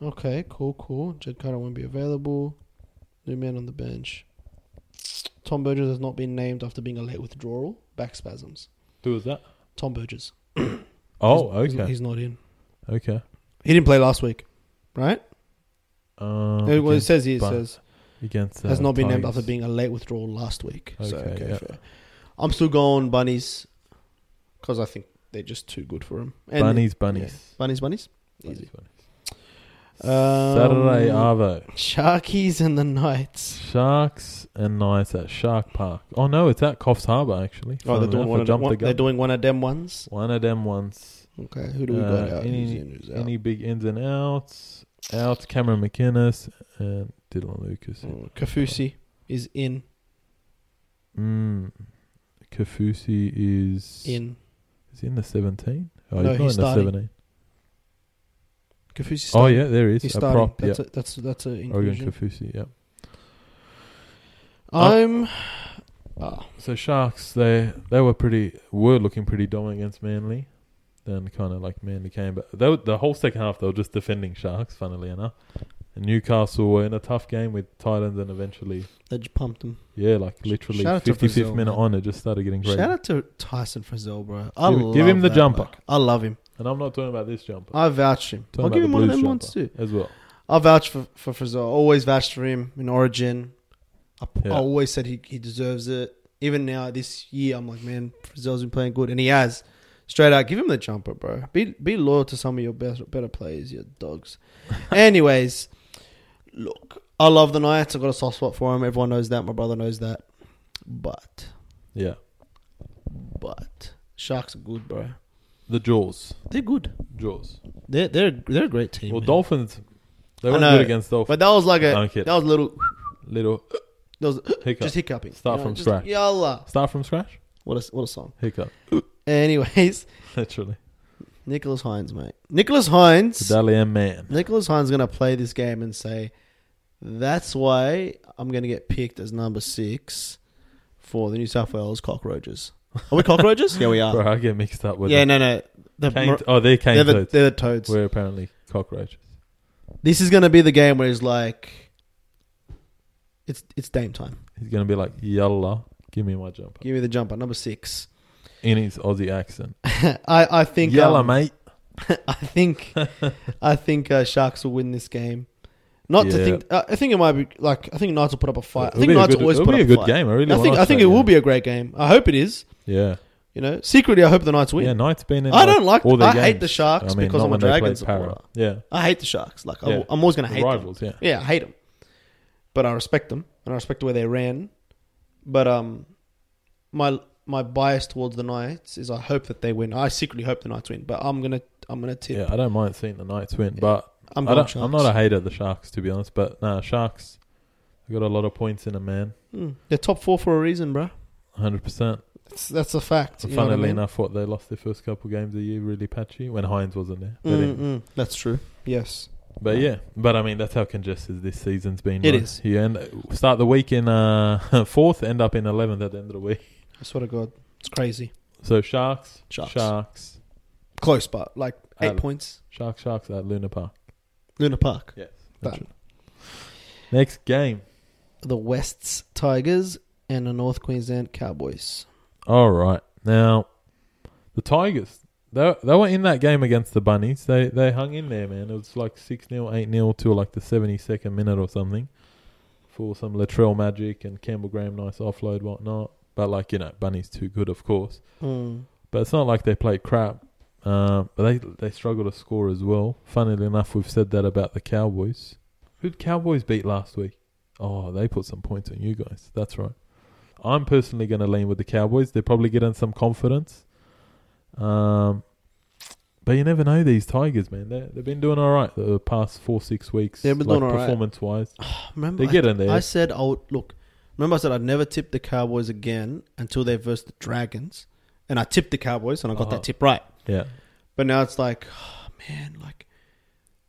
S1: Okay, cool, cool. Jed Carter won't be available. New man on the bench. Tom Burgess has not been named after being a late withdrawal, back spasms.
S2: Who was that?
S1: Tom Burgess.
S2: Oh,
S1: He's- he's-
S2: okay.
S1: He's not in.
S2: okay.
S1: He didn't play last week, right?
S2: Um,
S1: Uh, well, it
S2: against,
S1: says here, it
S2: but-
S1: says
S2: against, uh,
S1: has not been named
S2: Tigers.
S1: after being a late withdrawal last week. so
S2: Okay,
S1: okay,
S2: yeah.
S1: fair. I'm still going bunnies because I think they're just too good for him. And
S2: bunnies, bunnies.
S1: bunnies, bunnies.
S2: Bunnies,
S1: Easy.
S2: bunnies.
S1: Um,
S2: Saturday, Arvo.
S1: Sharkies and the Knights.
S2: Sharks and Knights at Shark Park. Oh no, it's at Coffs Harbour actually.
S1: Oh,
S2: Funnily
S1: they're doing
S2: enough,
S1: one
S2: I
S1: of them,
S2: jumped the
S1: one, they're
S2: gun.
S1: doing one of them ones.
S2: One of them once.
S1: Okay, who do we
S2: Uh,
S1: got out?
S2: any-
S1: who's in, who's out?
S2: Any big ins and outs? Out Cameron McInnes and Dylan Lucas.
S1: Mm, Kafusi is in.
S2: Mm. Kafusi is
S1: In
S2: is he in the seventeen. Oh,
S1: No,
S2: he's not
S1: he's
S2: in the
S1: starting.
S2: seventeen.
S1: Kafusi.
S2: Oh yeah, there he is
S1: he's
S2: a
S1: starting.
S2: prop. Yeah,
S1: that's a, that's that's an
S2: Oregon
S1: inclusion.
S2: Kafusi. Yeah.
S1: I'm. Um, ah,
S2: So Sharks, they they were pretty were looking pretty dominant against Manly. Then kind of like Manly came, but they were, the whole second half they were just defending Sharks. Funnily enough, and Newcastle were in a tough game with Titans, and eventually,
S1: they just pumped him.
S2: yeah, like literally
S1: shout out to
S2: fifty fifth
S1: Brazil,
S2: minute
S1: man.
S2: on, it just started getting crazy.
S1: Shout out to Tyson Frizzell, bro. I
S2: Give-
S1: love
S2: give him the
S1: that
S2: jumper.
S1: bloke. I love him.
S2: And I'm not talking about this jumper.
S1: I vouch him.
S2: Talking
S1: I'll
S2: about
S1: give him
S2: the
S1: one of
S2: Blues
S1: them
S2: jumper
S1: ones too.
S2: as well.
S1: I vouch for for Frizzell. Always vouched for him in Origin. I,
S2: Yeah.
S1: I always said he, he deserves it. Even now this year, I'm like, man, Frizzell's been playing good, and he has. Straight out, give him the jumper, bro. Be be loyal to some of your best, better players, your dogs. Anyways, look, I love the Knights. I've got a soft spot for him. Everyone knows that. My brother knows that. But
S2: Yeah.
S1: but Sharks are good, bro.
S2: The Jaws.
S1: They're good.
S2: Jaws.
S1: They're they're they're a great team.
S2: Well,
S1: man.
S2: Dolphins. They
S1: I
S2: weren't
S1: know,
S2: good against Dolphins.
S1: But that was like a
S2: No, I'm kidding.
S1: that was a little
S2: Little
S1: that was
S2: hiccup.
S1: just hiccuping.
S2: Start from
S1: just
S2: scratch.
S1: Yalla.
S2: Start from scratch?
S1: What a what a song.
S2: Hiccup.
S1: Anyways,
S2: Literally.
S1: Nicholas Hines, mate. Nicholas
S2: The
S1: Hines.
S2: Dalian man.
S1: Nicholas Hines is gonna play this game and say, "That's why I'm gonna get picked as number six for the New South Wales Cockroaches." Are we cockroaches? yeah, we are.
S2: Bro, I get mixed up with
S1: yeah,
S2: them.
S1: no, no. The,
S2: Cane
S1: mor-
S2: t- oh, they're cane
S1: they're, the,
S2: toads.
S1: they're the toads.
S2: We're apparently cockroaches.
S1: This is gonna be the game where he's like, "It's it's Dame time.
S2: He's going to be like, yalla, give me my jumper.
S1: Give me the jumper, number six.
S2: In his Aussie accent.
S1: I I think
S2: yalla,
S1: um,
S2: mate.
S1: I think I think uh, Sharks will win this game. Not to
S2: Yeah.
S1: think, uh, I think it might be like I think Knights will put up a fight. I
S2: It'll be
S1: think
S2: a
S1: Knights
S2: good-
S1: will always
S2: it'll
S1: put
S2: be
S1: up
S2: a good
S1: fight.
S2: game. I really
S1: I think
S2: like
S1: I think
S2: that
S1: it will
S2: game.
S1: be a great game. I hope it is.
S2: Yeah.
S1: You know, secretly I hope the Knights win.
S2: Yeah, Knight's been in
S1: I don't like.
S2: all their
S1: I hate
S2: games.
S1: the Sharks
S2: I mean,
S1: because
S2: not
S1: I'm a
S2: when they play
S1: Dragon
S2: Para.
S1: supporter.
S2: Yeah.
S1: I hate the Sharks. Like I,
S2: Yeah.
S1: am always gonna
S2: The
S1: hate them.
S2: rivals, yeah.
S1: Yeah, I hate them, but I respect them and I respect the way they ran. But um, my my bias towards the Knights is I hope that they win. I secretly hope the Knights win, but I'm gonna I'm gonna tip.
S2: Yeah, I don't mind seeing the Knights win, but
S1: I'm
S2: I
S1: going
S2: don't, I'm
S1: Sharks.
S2: not a hater of the Sharks to be honest. But nah, Sharks they got a lot of points in a man,
S1: Mm. They're top four for a reason, bro.
S2: hundred percent.
S1: That's, that's a fact. you know what
S2: Funnily
S1: I mean?
S2: enough, what they lost their first couple games of the year really patchy when Hines wasn't there. They
S1: Mm,
S2: didn't-
S1: mm. that's true. Yes.
S2: But yeah, but I mean that's how congested this season's been.
S1: It
S2: right?
S1: is.
S2: You end start the week in uh, fourth, end up in eleventh at the end of the week.
S1: I swear to God, it's crazy.
S2: So Sharks,
S1: Sharks.
S2: Sharks,
S1: Close, but like eight
S2: Um,
S1: points.
S2: Sharks, Sharks at Luna Park.
S1: Luna Park.
S2: Yes.
S1: Done.
S2: Next game.
S1: The West's Tigers and the North Queensland Cowboys.
S2: All right. Now, the Tigers, they, they were in that game against the Bunnies. They they hung in there, man. It was like 6 0, 8 0 till like the 72nd minute or something for some Latrell Magic and Campbell Graham nice offload, whatnot. But, like, you know, Bunnies too good, of course.
S1: Mm.
S2: But it's not like they played crap. Uh, but they they struggle to score as well. Funnily enough, we've said that about the Cowboys. Who'd Cowboys beat last week? Oh, they put some points on you guys. That's right. I'm personally going to lean with the Cowboys. They're probably getting some confidence. Um, but you never know these Tigers, man. They they've been doing all right the past four six weeks.
S1: They've been
S2: like,
S1: doing all right.
S2: performance wise.
S1: Remember,
S2: They
S1: I,
S2: get in there.
S1: I said I would look. Remember, I said I'd never tip the Cowboys again until they versed the Dragons, and I tipped the Cowboys, and I got
S2: Uh-huh.
S1: that tip right.
S2: Yeah,
S1: But now it's like, oh, man, like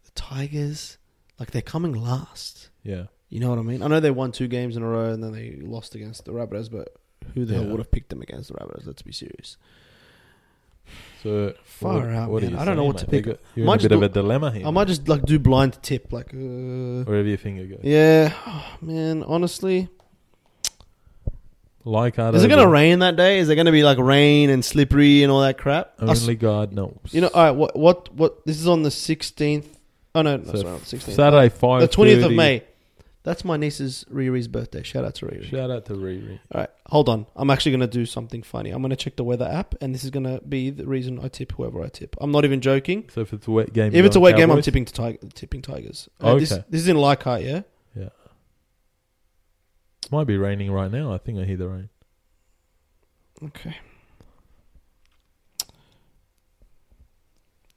S1: the Tigers, like they're coming last.
S2: yeah.
S1: You know what I mean? I know they won two games in a row and then they lost against the Rabbitohs, but who the hell
S2: Yeah.
S1: would have picked them against the Rabbitohs? Let's be serious.
S2: So
S1: Far
S2: what-
S1: out,
S2: what are
S1: man.
S2: you
S1: I don't know
S2: saying,
S1: what to
S2: mate? They
S1: pick.
S2: got- You're
S1: Might
S2: in
S1: just
S2: a bit of
S1: do-
S2: a dilemma here.
S1: I might just like do blind tip, like, uh,
S2: wherever your finger goes.
S1: yeah, oh, man. Honestly,
S2: Like I
S1: is it gonna rain that day? Is it gonna be like rain and slippery and all that crap? I s-
S2: Only God knows.
S1: you know, all right. What what what? This is on the sixteenth. Oh no, no
S2: So
S1: sorry, not sixteenth.
S2: Saturday five.
S1: the twentieth of May. That's my niece's Riri's birthday. Shout out to Riri.
S2: Shout out to Riri.
S1: All right, hold on. I'm actually going to do something funny. I'm going to check the weather app, and this is going to be the reason I tip whoever I tip. I'm not even joking.
S2: So if it's a wet game,
S1: if
S2: you're
S1: it's a
S2: on
S1: wet game, I'm
S2: Cowboys?
S1: tipping to tig- tipping Tigers. Uh, this,
S2: Okay.
S1: this is in Leichhardt, yeah?
S2: Might be raining right now. I think I hear the rain.
S1: Okay.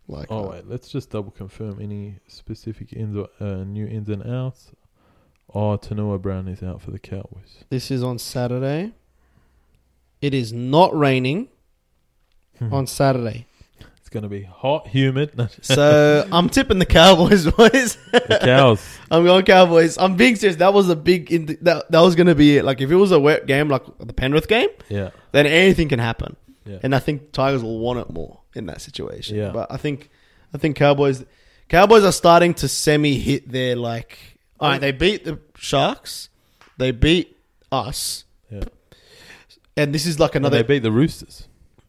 S1: Leichhardt.
S2: Oh wait, let's just double confirm any specific ins or, uh, new ins and outs. Oh, Tanua Brown is out for the Cowboys.
S1: This is on Saturday. It is not raining
S2: Hmm.
S1: on Saturday.
S2: It's going to be hot, humid. No,
S1: So I'm tipping the Cowboys, boys.
S2: the cows.
S1: I'm going Cowboys. I'm being serious. That was a big. In- that that was gonna be it. Like if it was a wet game, like the Penrith game,
S2: Yeah,
S1: then anything can happen.
S2: Yeah.
S1: And I think Tigers will want it more in that situation.
S2: Yeah.
S1: But I think, I think Cowboys, Cowboys are starting to semi hit their like. All right, they beat the Sharks, they beat us,
S2: yeah.
S1: and this is like
S2: And they
S1: another.
S2: beat the Roosters.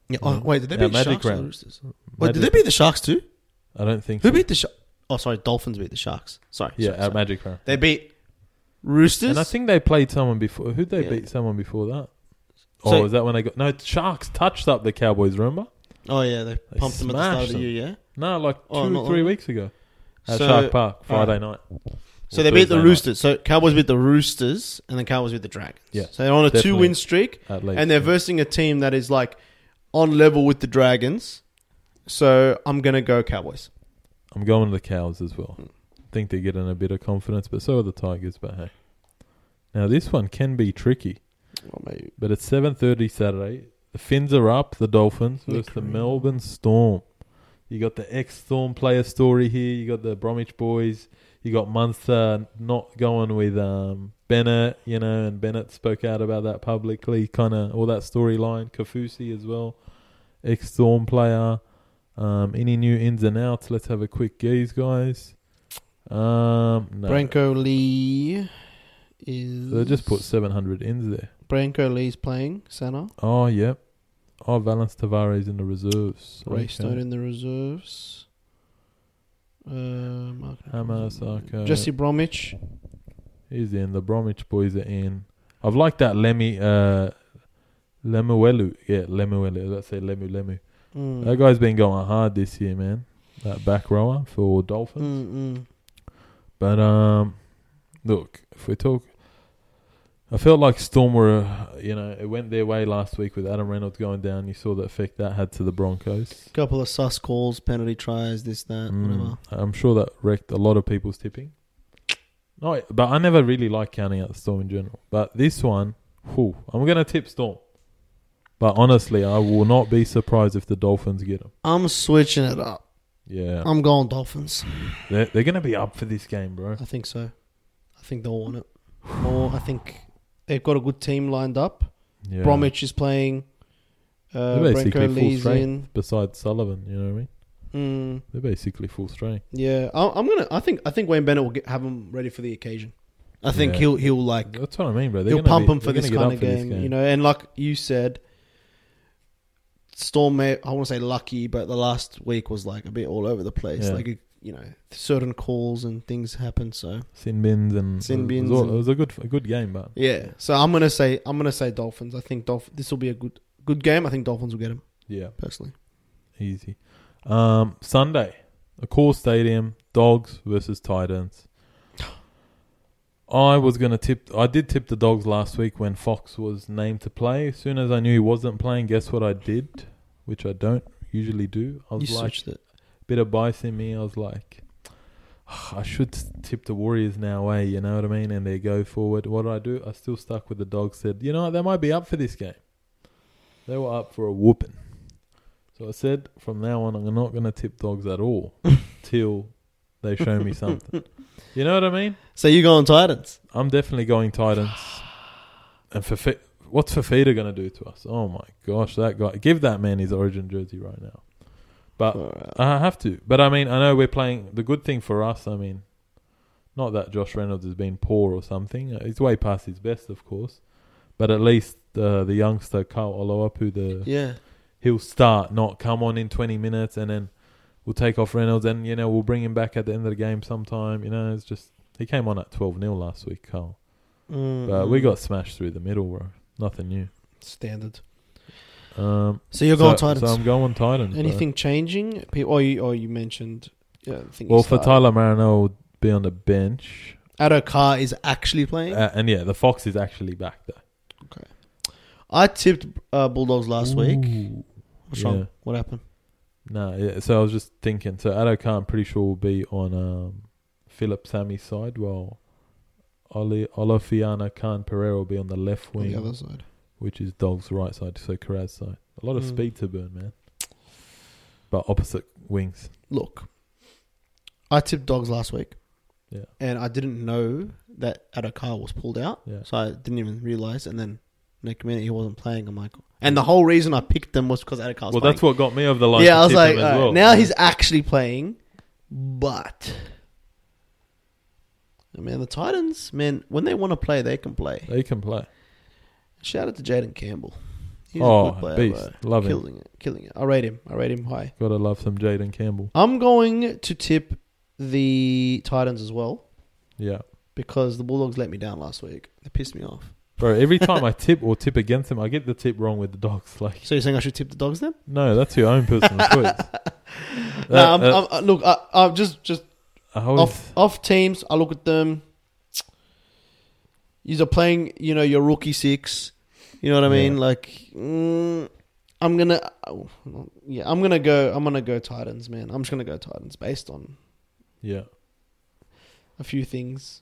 S1: Yeah, oh, wait, did they beat
S2: Yeah,
S1: the
S2: Magic
S1: Sharks? or the
S2: round.
S1: Roosters? Wait, did they
S2: Magic-
S1: beat the Sharks too?
S2: I don't think.
S1: Who
S2: so.
S1: beat the? Sharks? oh, sorry, Dolphins beat the Sharks. Sorry.
S2: Yeah,
S1: sorry,
S2: at
S1: sorry.
S2: Magic Round.
S1: They beat Roosters.
S2: And I think they played someone before. Who'd they
S1: Yeah.
S2: beat someone before that?
S1: So-
S2: oh, is that when they got. No, Sharks touched up the Cowboys, remember?
S1: oh yeah, they
S2: They
S1: pumped them at the start
S2: smashed
S1: of the
S2: them.
S1: year. Yeah.
S2: No, like two
S1: Oh, not
S2: or three
S1: long.
S2: weeks ago at
S1: So- uh,
S2: Shark Park, Friday night.
S1: So
S2: Or
S1: they beat the
S2: Thursday night,
S1: Roosters. So Cowboys beat the Roosters, and then Cowboys beat the Dragons.
S2: Yeah.
S1: So they're on a
S2: Definitely.
S1: two-win streak,
S2: at least.
S1: and they're
S2: yeah.
S1: versing a team that is like on level with the Dragons. So I'm gonna go Cowboys.
S2: I'm going to the Cows as well.
S1: Hmm.
S2: I think they're getting a bit of confidence, but so are the Tigers. But hey, now this one can be tricky.
S1: Well, maybe.
S2: But it's seven thirty Saturday. The Finns are up. The Dolphins versus the
S1: Victory.
S2: Melbourne Storm. You got the ex Storm player story here. You got the Bromwich boys. You got Munster not going with um, Bennett, you know, and Bennett spoke out about that publicly. Kind of all that storyline. Kafusi as well, ex Storm player. Um, any new ins and outs? Let's have a quick gaze, guys. Um, no.
S1: Branko Lee is.
S2: So they just put seven hundred ins there.
S1: Branko Lee's playing center.
S2: Oh, yep. Oh, Valence Tavares in the reserves.
S1: Ray Stone
S2: Okay.
S1: in the reserves. Uh, Mark-
S2: Hammer, Sarko.
S1: Jesse Bromwich.
S2: He's in. The Bromwich boys are in. I've liked that Lemmy, uh, Lemuelu. Yeah, Lemuelu. Let's say Lemu Lemu.
S1: Mm.
S2: That guy's been going hard this year, man. That back rower for Dolphins.
S1: Hmm. Mm-mm.
S2: But um, look, if we talk, I felt like Storm were, uh, you know, it went their way last week with Adam Reynolds going down. You saw the effect that had to the Broncos.
S1: Couple of sus calls, penalty tries, this, that, Eh, whatever.
S2: Mm, I'm sure that wrecked a lot of people's tipping. No, but I never really like counting out the storm in general. But this one, whew, I'm going to tip storm. But honestly, I will not be surprised if the Dolphins get them.
S1: I'm switching it up.
S2: Yeah,
S1: I'm going Dolphins.
S2: they're, they're going to be up for this game, bro.
S1: I think so. I think they'll want it. Or I think they've got a good team lined up.
S2: Yeah.
S1: Bromwich is playing. Uh,
S2: They're basically
S1: Branko
S2: full
S1: Lee's in.
S2: strength. besides Sullivan, you know what I mean?
S1: Mm.
S2: They're basically full strength.
S1: Yeah, I, I'm gonna. I think I think Wayne Bennett will get, have him ready for the occasion. I think
S2: Yeah.
S1: he'll he'll like
S2: That's what I mean, bro. They're
S1: he'll
S2: gonna
S1: pump
S2: be,
S1: him for
S2: they're
S1: this
S2: gonna
S1: kind of
S2: get up for
S1: game, you know. And like you said, Storm. May, I want to say lucky, but the last week was like a bit all over the place.
S2: Yeah.
S1: Like you, you know, certain calls and things happen. So
S2: Sin bins and
S1: Sin
S2: It
S1: bins
S2: was, all-
S1: and-
S2: it was a good, a good game, but
S1: yeah. So I'm gonna say I'm gonna say Dolphins. I think Dolph- This will be a good good game. I think Dolphins will get him
S2: yeah.
S1: personally.
S2: Easy. Um, Sunday, a core stadium, dogs versus Titans. I was gonna tip. I did tip the dogs last week when Fox was named to play. As soon as I knew he wasn't playing, guess what I did, which I don't usually do. I
S1: You
S2: was like,
S1: switched it.
S2: bit of bias in me. I was like, I should tip the Warriors now, eh? You know what I mean? And they go forward. What did I do? I still stuck with the dogs. Said, you know, what? they might be up for this game. They were up for a whooping. So I said, from now on, I'm not going to tip dogs at all till they show me something. You know what I mean?
S1: So you go on Titans.
S2: I'm definitely going Titans. And for what's Fafita going to do to us? Oh my gosh, that guy! Give that man his Origin jersey right now. But
S1: Alright.
S2: I have to. But I mean, I know we're playing. The good thing for us, I mean, not that Josh Reynolds has been poor or something. Uh, He's way past his best, of course. But at least uh, the youngster, Carl Oloapu, the,
S1: yeah.
S2: he'll start, not come on in 20 minutes and then we'll take off Reynolds and, you know, we'll bring him back at the end of the game sometime. You know, it's just. He came on at 12 0 last week, Carl.
S1: Mm.
S2: But we got smashed through the middle, bro. Nothing new.
S1: standard.
S2: Um,
S1: So you're going
S2: so,
S1: Titans.
S2: So I'm going Titans. bro.
S1: Anything changing? Pe- Or you, or you mentioned. Yeah, I think you
S2: Well, for
S1: started.
S2: Tyler Marino, will be on the bench.
S1: Addo Carr is actually playing.
S2: Uh, and yeah, the fox is actually back though.
S1: I tipped uh, Bulldogs last week.
S2: Ooh.
S1: What's
S2: yeah.
S1: wrong? What happened? No.
S2: No, yeah, so I was just thinking. So Addo Khan, I'm pretty sure, will be on um, Philip Sammy's side, while Oli Olofiana Khan Pereira will be on the left
S1: On
S2: wing,
S1: the other side.
S2: which is Dog's right side, so Karaz side. A lot of
S1: Mm.
S2: speed to burn, man. But opposite wings.
S1: Look, I tipped Dogs last week.
S2: Yeah.
S1: And I didn't know that Addo Carr was pulled out.
S2: Yeah.
S1: So I didn't even realize. And then next minute he wasn't playing. I'm like, and the whole reason I picked them was because Addo Carr was
S2: well,
S1: playing.
S2: that's what got me over the line.
S1: yeah,
S2: to
S1: I was
S2: tip
S1: like,
S2: him as
S1: alright,
S2: well.
S1: now he's actually playing, but man, the Titans, man, when they want to play, they can play.
S2: They can play.
S1: Shout out to Jaden Campbell. He's
S2: oh,
S1: bro.
S2: beast, love him.
S1: Killing it, killing it. I rate him. I rate him high.
S2: Gotta love some Jaden Campbell.
S1: I'm going to tip the Titans as well.
S2: Yeah,
S1: because the Bulldogs let me down last week. They pissed me off.
S2: Bro, every time I tip or tip against them, I get the tip wrong with the dogs. Like,
S1: So you're saying I should tip the dogs then?
S2: no, that's your own personal choice.
S1: No,
S2: Uh,
S1: I'm,
S2: uh,
S1: I'm, uh, look, I, I'm just just
S2: I always-
S1: off off teams. I look at them. You're playing, you know, your rookie six. You know what I mean?
S2: Yeah.
S1: Like, mm, I'm gonna, oh, yeah, I'm gonna go. I'm gonna go Titans, man. I'm just gonna go Titans based on
S2: yeah.
S1: a few things,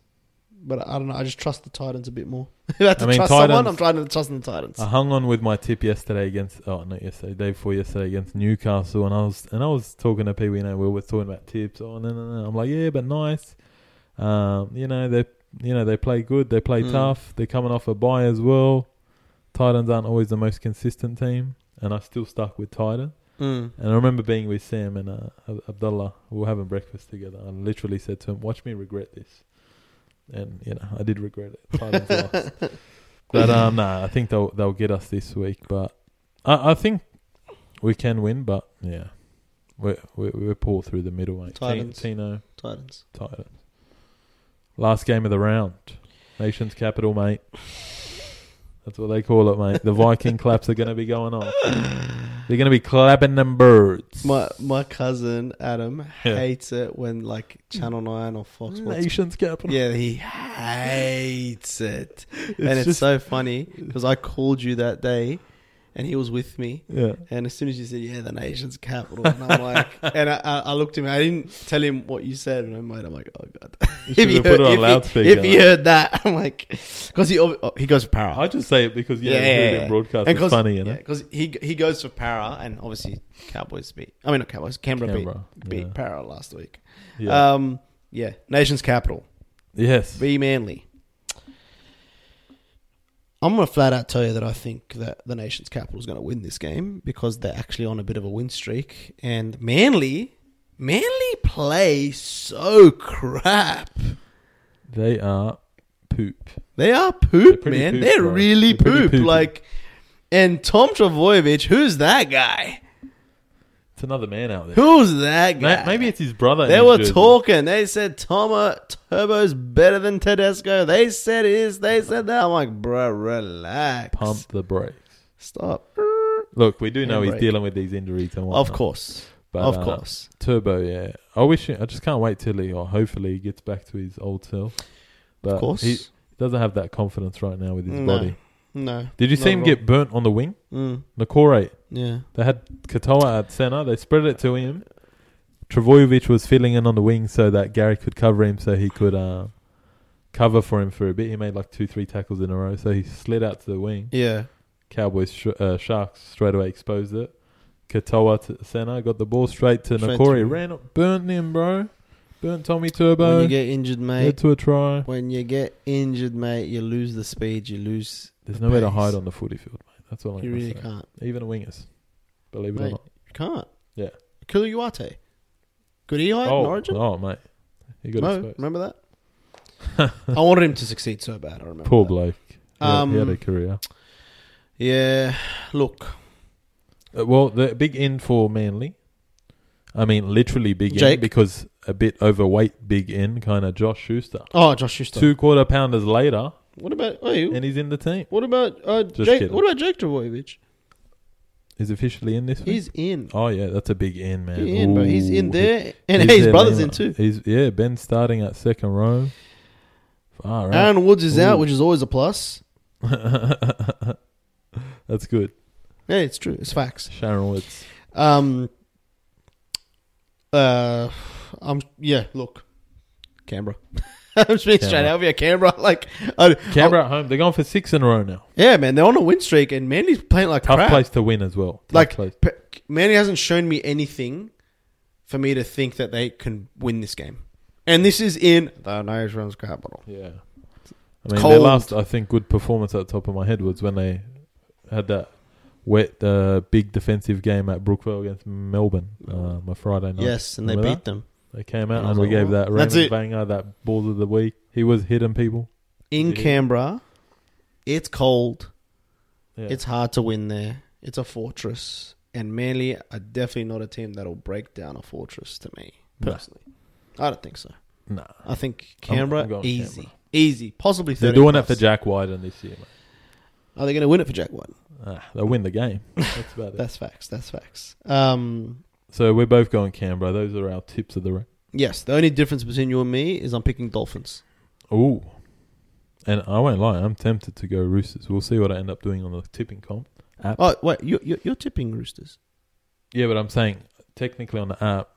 S1: but I don't know. I just trust the Titans a bit more. if I have to
S2: I mean,
S1: trust someone,
S2: Titans- Ah.
S1: I'm trying to trust in the Titans.
S2: I hung on with my tip yesterday against oh not yesterday day before yesterday against Newcastle and I was and I was talking to people you know we were talking about tips oh no no no I'm like yeah but nice um you know they you know they play good they play
S1: Mm.
S2: tough they're coming off a bye as well Titans aren't always the most consistent team and I still stuck with Titan
S1: Mm.
S2: and I remember being with Sam and uh, Ab- Abdullah we were having breakfast together I literally said to him watch me regret this and you know I did regret it Titans lost. But um, nah, I think they'll they'll get us this week. But I, I think we can win. But yeah, we're we're, we're poor through the middle, mate.
S1: Titans.
S2: T- Tino
S1: Titans.
S2: Titans. Last game of the round, nation's capital, mate. That's what they call it, mate. The Viking claps are going to be going on. They're going to be clapping them birds.
S1: My my cousin Adam
S2: Yeah.
S1: hates it when like Channel Nine or Fox. Sports
S2: nation's capital.
S1: Yeah, he hates it.
S2: It's
S1: and it's
S2: just-
S1: so funny because I called you that day and he was with me.
S2: yeah.
S1: And as soon as you said, yeah, the nation's capital, and I'm like, and I, I, I looked at him, I didn't tell him what you said, and I'm like, I'm like oh, God.
S2: You should have put it on loudspeaker.
S1: if he heard that, I'm like, because he, ob- oh, he goes for para.
S2: I just say it because yeah,
S1: Yeah,
S2: yeah,
S1: yeah,
S2: yeah,
S1: yeah.
S2: broadcast
S1: And
S2: is funny, you know.
S1: yeah, because he, he goes for para, and obviously Cowboys beat, I mean, not Cowboys, Canberra,
S2: Canberra,
S1: beat, beat
S2: yeah.
S1: para last week.
S2: Yeah.
S1: Um, yeah, nation's capital.
S2: yes.
S1: Be manly. I'm going to flat out tell you that I think that the nation's capital is going to win this game because they're actually on a bit of a win streak. And Manly, Manly play so crap.
S2: They are poop.
S1: They are poop,
S2: pretty
S1: man.
S2: poop,
S1: they're
S2: bro.
S1: really
S2: They're pretty
S1: poop.
S2: poopy.
S1: Like, and Tom Travojevic, who's that guy?
S2: It's another man out there.
S1: Who's that
S2: Ma-
S1: guy?
S2: Maybe it's his brother.
S1: They
S2: in
S1: were
S2: jersey.
S1: talking. They said Toma Turbo's better than Tedesco. They said this. They said that. I'm like, bro, relax.
S2: Pump the brakes.
S1: Stop.
S2: Look, we do know
S1: And
S2: he's
S1: brake.
S2: dealing with these injuries and whatnot.
S1: Of course.
S2: but,
S1: of
S2: uh,
S1: course.
S2: Turbo. Yeah, I wish. I just can't wait till he or hopefully he gets back to his old self. But
S1: Of course.
S2: he doesn't have that confidence right now with his
S1: No.
S2: body.
S1: no.
S2: Did you
S1: Not
S2: see him
S1: at
S2: get burnt on the wing?
S1: all. Mm,
S2: Nakore.
S1: yeah.
S2: They had Katoa at center. They spread it to him. Travojevic was filling in on the wing so that Gary could cover him, so he could uh, cover for him for a bit. He made like two, three tackles in a row, so he slid out to the wing.
S1: Yeah.
S2: Cowboys sh- uh, Sharks straight away exposed it. Katoa to center got the ball straight to
S1: Straight
S2: Nakori.
S1: through.
S2: Ran up, burnt him, bro. Burnt Tommy
S1: When
S2: Turbo.
S1: you get injured,
S2: Led
S1: mate.
S2: to a try.
S1: When you get injured, mate, you lose the speed. You lose.
S2: There's
S1: the
S2: nowhere to
S1: pace.
S2: hide on the footy field, mate. That's all I'm
S1: You
S2: gonna
S1: really
S2: say.
S1: can't.
S2: Even the wingers, believe it or
S1: Mate,
S2: not.
S1: you can't.
S2: Yeah.
S1: Kuluiwate. Good EI in
S2: Oh,
S1: Origin?
S2: oh, mate, he got
S1: No,
S2: exposed.
S1: remember that? I wanted him to succeed so bad. I remember.
S2: Poor
S1: that.
S2: bloke. He had- he had
S1: Um,
S2: a career.
S1: Yeah. Look,
S2: Uh, well, the big in for Manly. I mean, literally big in
S1: Jake.
S2: because a bit overweight big in kind of Josh Schuster.
S1: Oh, Josh Schuster.
S2: Two quarter pounders later,
S1: What about wait,
S2: and he's in the team.
S1: what about uh,
S2: Just
S1: Jake?
S2: kidding.
S1: What about Jake Dravojevic?
S2: He's officially in this week.
S1: He's in.
S2: Oh yeah, that's a big in, Oh, man.
S1: He's in, bro. He's
S2: Ooh.
S1: in there, and
S2: He's
S1: his
S2: there,
S1: brother's
S2: man.
S1: in too.
S2: He's yeah, Ben's starting at second row. Far out.
S1: Aaron Woods is
S2: Ooh.
S1: out, which is always a plus. Um,
S2: that's good.
S1: Yeah, it's true. It's facts.
S2: Sharon Woods.
S1: Um. Uh, I'm yeah. Look, Canberra. I'm speaking straight
S2: Canberra.
S1: out of here, Canberra. Like, I,
S2: Canberra at home. They're going for six in a row now.
S1: yeah, man, they're on a win streak, and Manly's playing like
S2: Tough
S1: crap.
S2: place to win as well. Tough
S1: Like,
S2: place.
S1: pe- Manly hasn't shown me anything for me to think that they can win this game. And this is in the nation's capital.
S2: Yeah. I mean, their
S1: cold.
S2: last, I think, good performance at the top of my head was when they had that wet, uh, big defensive game at Brookville against Melbourne um, a Friday night.
S1: Yes, and they
S2: Remember
S1: beat them.
S2: They came out
S1: And I
S2: and
S1: was
S2: we
S1: like,
S2: gave that
S1: That's
S2: Raymond
S1: it.
S2: Banger that ball of the week. He was hitting people.
S1: In
S2: Yeah.
S1: Canberra, it's cold.
S2: Yeah.
S1: It's hard to win there. It's a fortress. And Manly are definitely not a team that'll break down a fortress to me,
S2: No.
S1: personally. I don't think so.
S2: nah.
S1: I think Canberra,
S2: I'm going
S1: easy.
S2: Canberra.
S1: Easy. Possibly 30.
S2: They're doing it for
S1: plus.
S2: Jack Wyden this year, mate.
S1: Are they going to win it for Jack White?
S2: Ah, they'll win the game. That's about it.
S1: That's facts. That's facts. Um,
S2: So we're both going Canberra. Those are our tips of the round.
S1: yes, the only difference between you and me is I'm picking Dolphins.
S2: Ooh. And I won't lie, I'm tempted to go Roosters. We'll see what I end up doing on the tipping comp.
S1: Oh, wait, you, you, you're tipping Roosters.
S2: Yeah, but I'm saying technically on the app,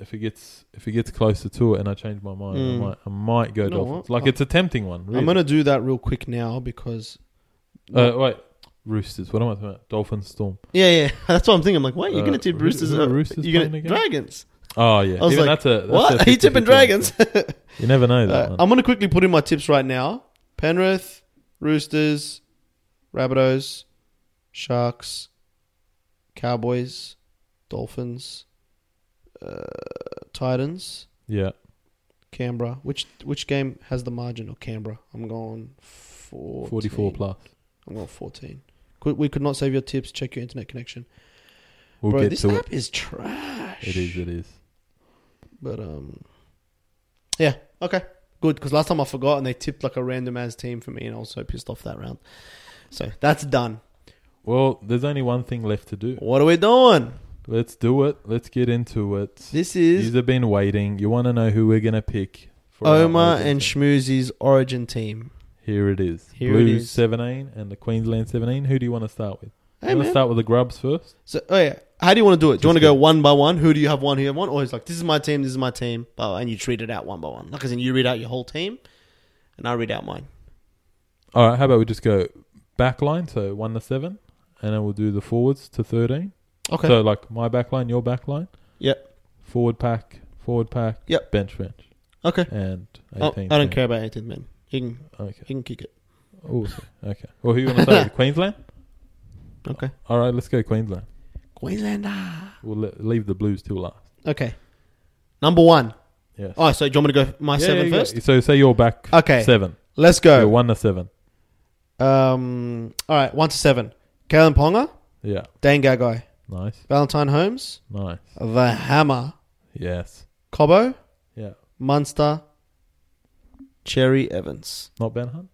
S2: if it gets if it gets closer to it and I change my mind,
S1: Mm.
S2: I might I might go
S1: You know
S2: Dolphins.
S1: what?
S2: Like
S1: I'm-
S2: it's a tempting one. Really.
S1: I'm going to do that real quick now because.
S2: uh, wait, Roosters. What am I talking about? Dolphins Storm.
S1: yeah, yeah. That's what I'm thinking. I'm like, wait, you're
S2: Uh,
S1: going to tip
S2: who-
S1: Roosters?
S2: who are
S1: uh,
S2: Roosters
S1: you're gonna,
S2: playing again?
S1: Dragons.
S2: Oh yeah,
S1: I was
S2: Even
S1: like,
S2: that's a that's
S1: what?
S2: A
S1: Are you tipping
S2: 50-50
S1: Dragons?
S2: You never know that
S1: Uh,
S2: one.
S1: I'm going to quickly put in my tips right now Penrith, Roosters, Rabbitohs, Sharks, Cowboys, Dolphins, uh, Titans,
S2: yeah,
S1: Canberra. Which which game has the margin of Canberra? I'm going 14.
S2: forty-four plus.
S1: I'm going 14. Could, we could not save your tips. Check your internet connection.
S2: We'll
S1: Bro,
S2: get
S1: this
S2: to
S1: app is trash.
S2: it. It is. It is.
S1: But um, yeah, okay, good. Because last time I forgot, and they tipped like a random ass team for me, and I was so pissed off that round. So that's done.
S2: Well, there's only one thing left to do.
S1: What are we doing?
S2: Let's do it. Let's get into it.
S1: This is
S2: You've been waiting. You want to know who we're gonna pick? For our
S1: Omar
S2: origin
S1: and
S2: team.
S1: Schmoozy's origin team.
S2: Here it is.
S1: Here it
S2: Blues
S1: is.
S2: 17 and the Queensland 17. Who do you want to start with?
S1: Hey
S2: you want to
S1: man,
S2: start with the Grubs first?
S1: so oh yeah, how do you want to do it? Do you want to
S2: Just
S1: go
S2: go.
S1: one by one? Who do you have one? Who you have one? Or it's like this is my team, this is my team, but and you treat it out one by one. Like as in you read out your whole team, and I read out mine.
S2: All right, how about we just go back line, so 1 to 7, and then we'll do the forwards to 13.
S1: Okay.
S2: So, like my back line, your back line.
S1: Yep.
S2: Forward pack, forward pack,
S1: Yep.
S2: bench bench,
S1: okay.
S2: and
S1: Oh,
S2: 18.
S1: I don't care about 18 man. He can
S2: Okay.
S1: he can kick it.
S2: Awesome. Okay. Well, who you want to start with? Queensland?
S1: Okay.
S2: All right, let's go Queensland.
S1: Queenslander.
S2: We'll le- leave the Blues till last.
S1: Okay. Number one.
S2: Yes.
S1: Oh, so do you want me to go my
S2: Yeah,
S1: seven
S2: yeah, yeah.
S1: first?
S2: So, say you're back
S1: Okay.
S2: 7.
S1: Let's
S2: Go
S1: go.
S2: 1 to 7.
S1: Um, all right, one to seven. Kalen Ponga,
S2: Yeah.
S1: Dan Gagai,
S2: Nice.
S1: Valentine Holmes,
S2: Nice.
S1: The Hammer,
S2: Yes.
S1: Cobbo,
S2: Yeah.
S1: Munster, Cherry Evans.
S2: Not Ben Hunt?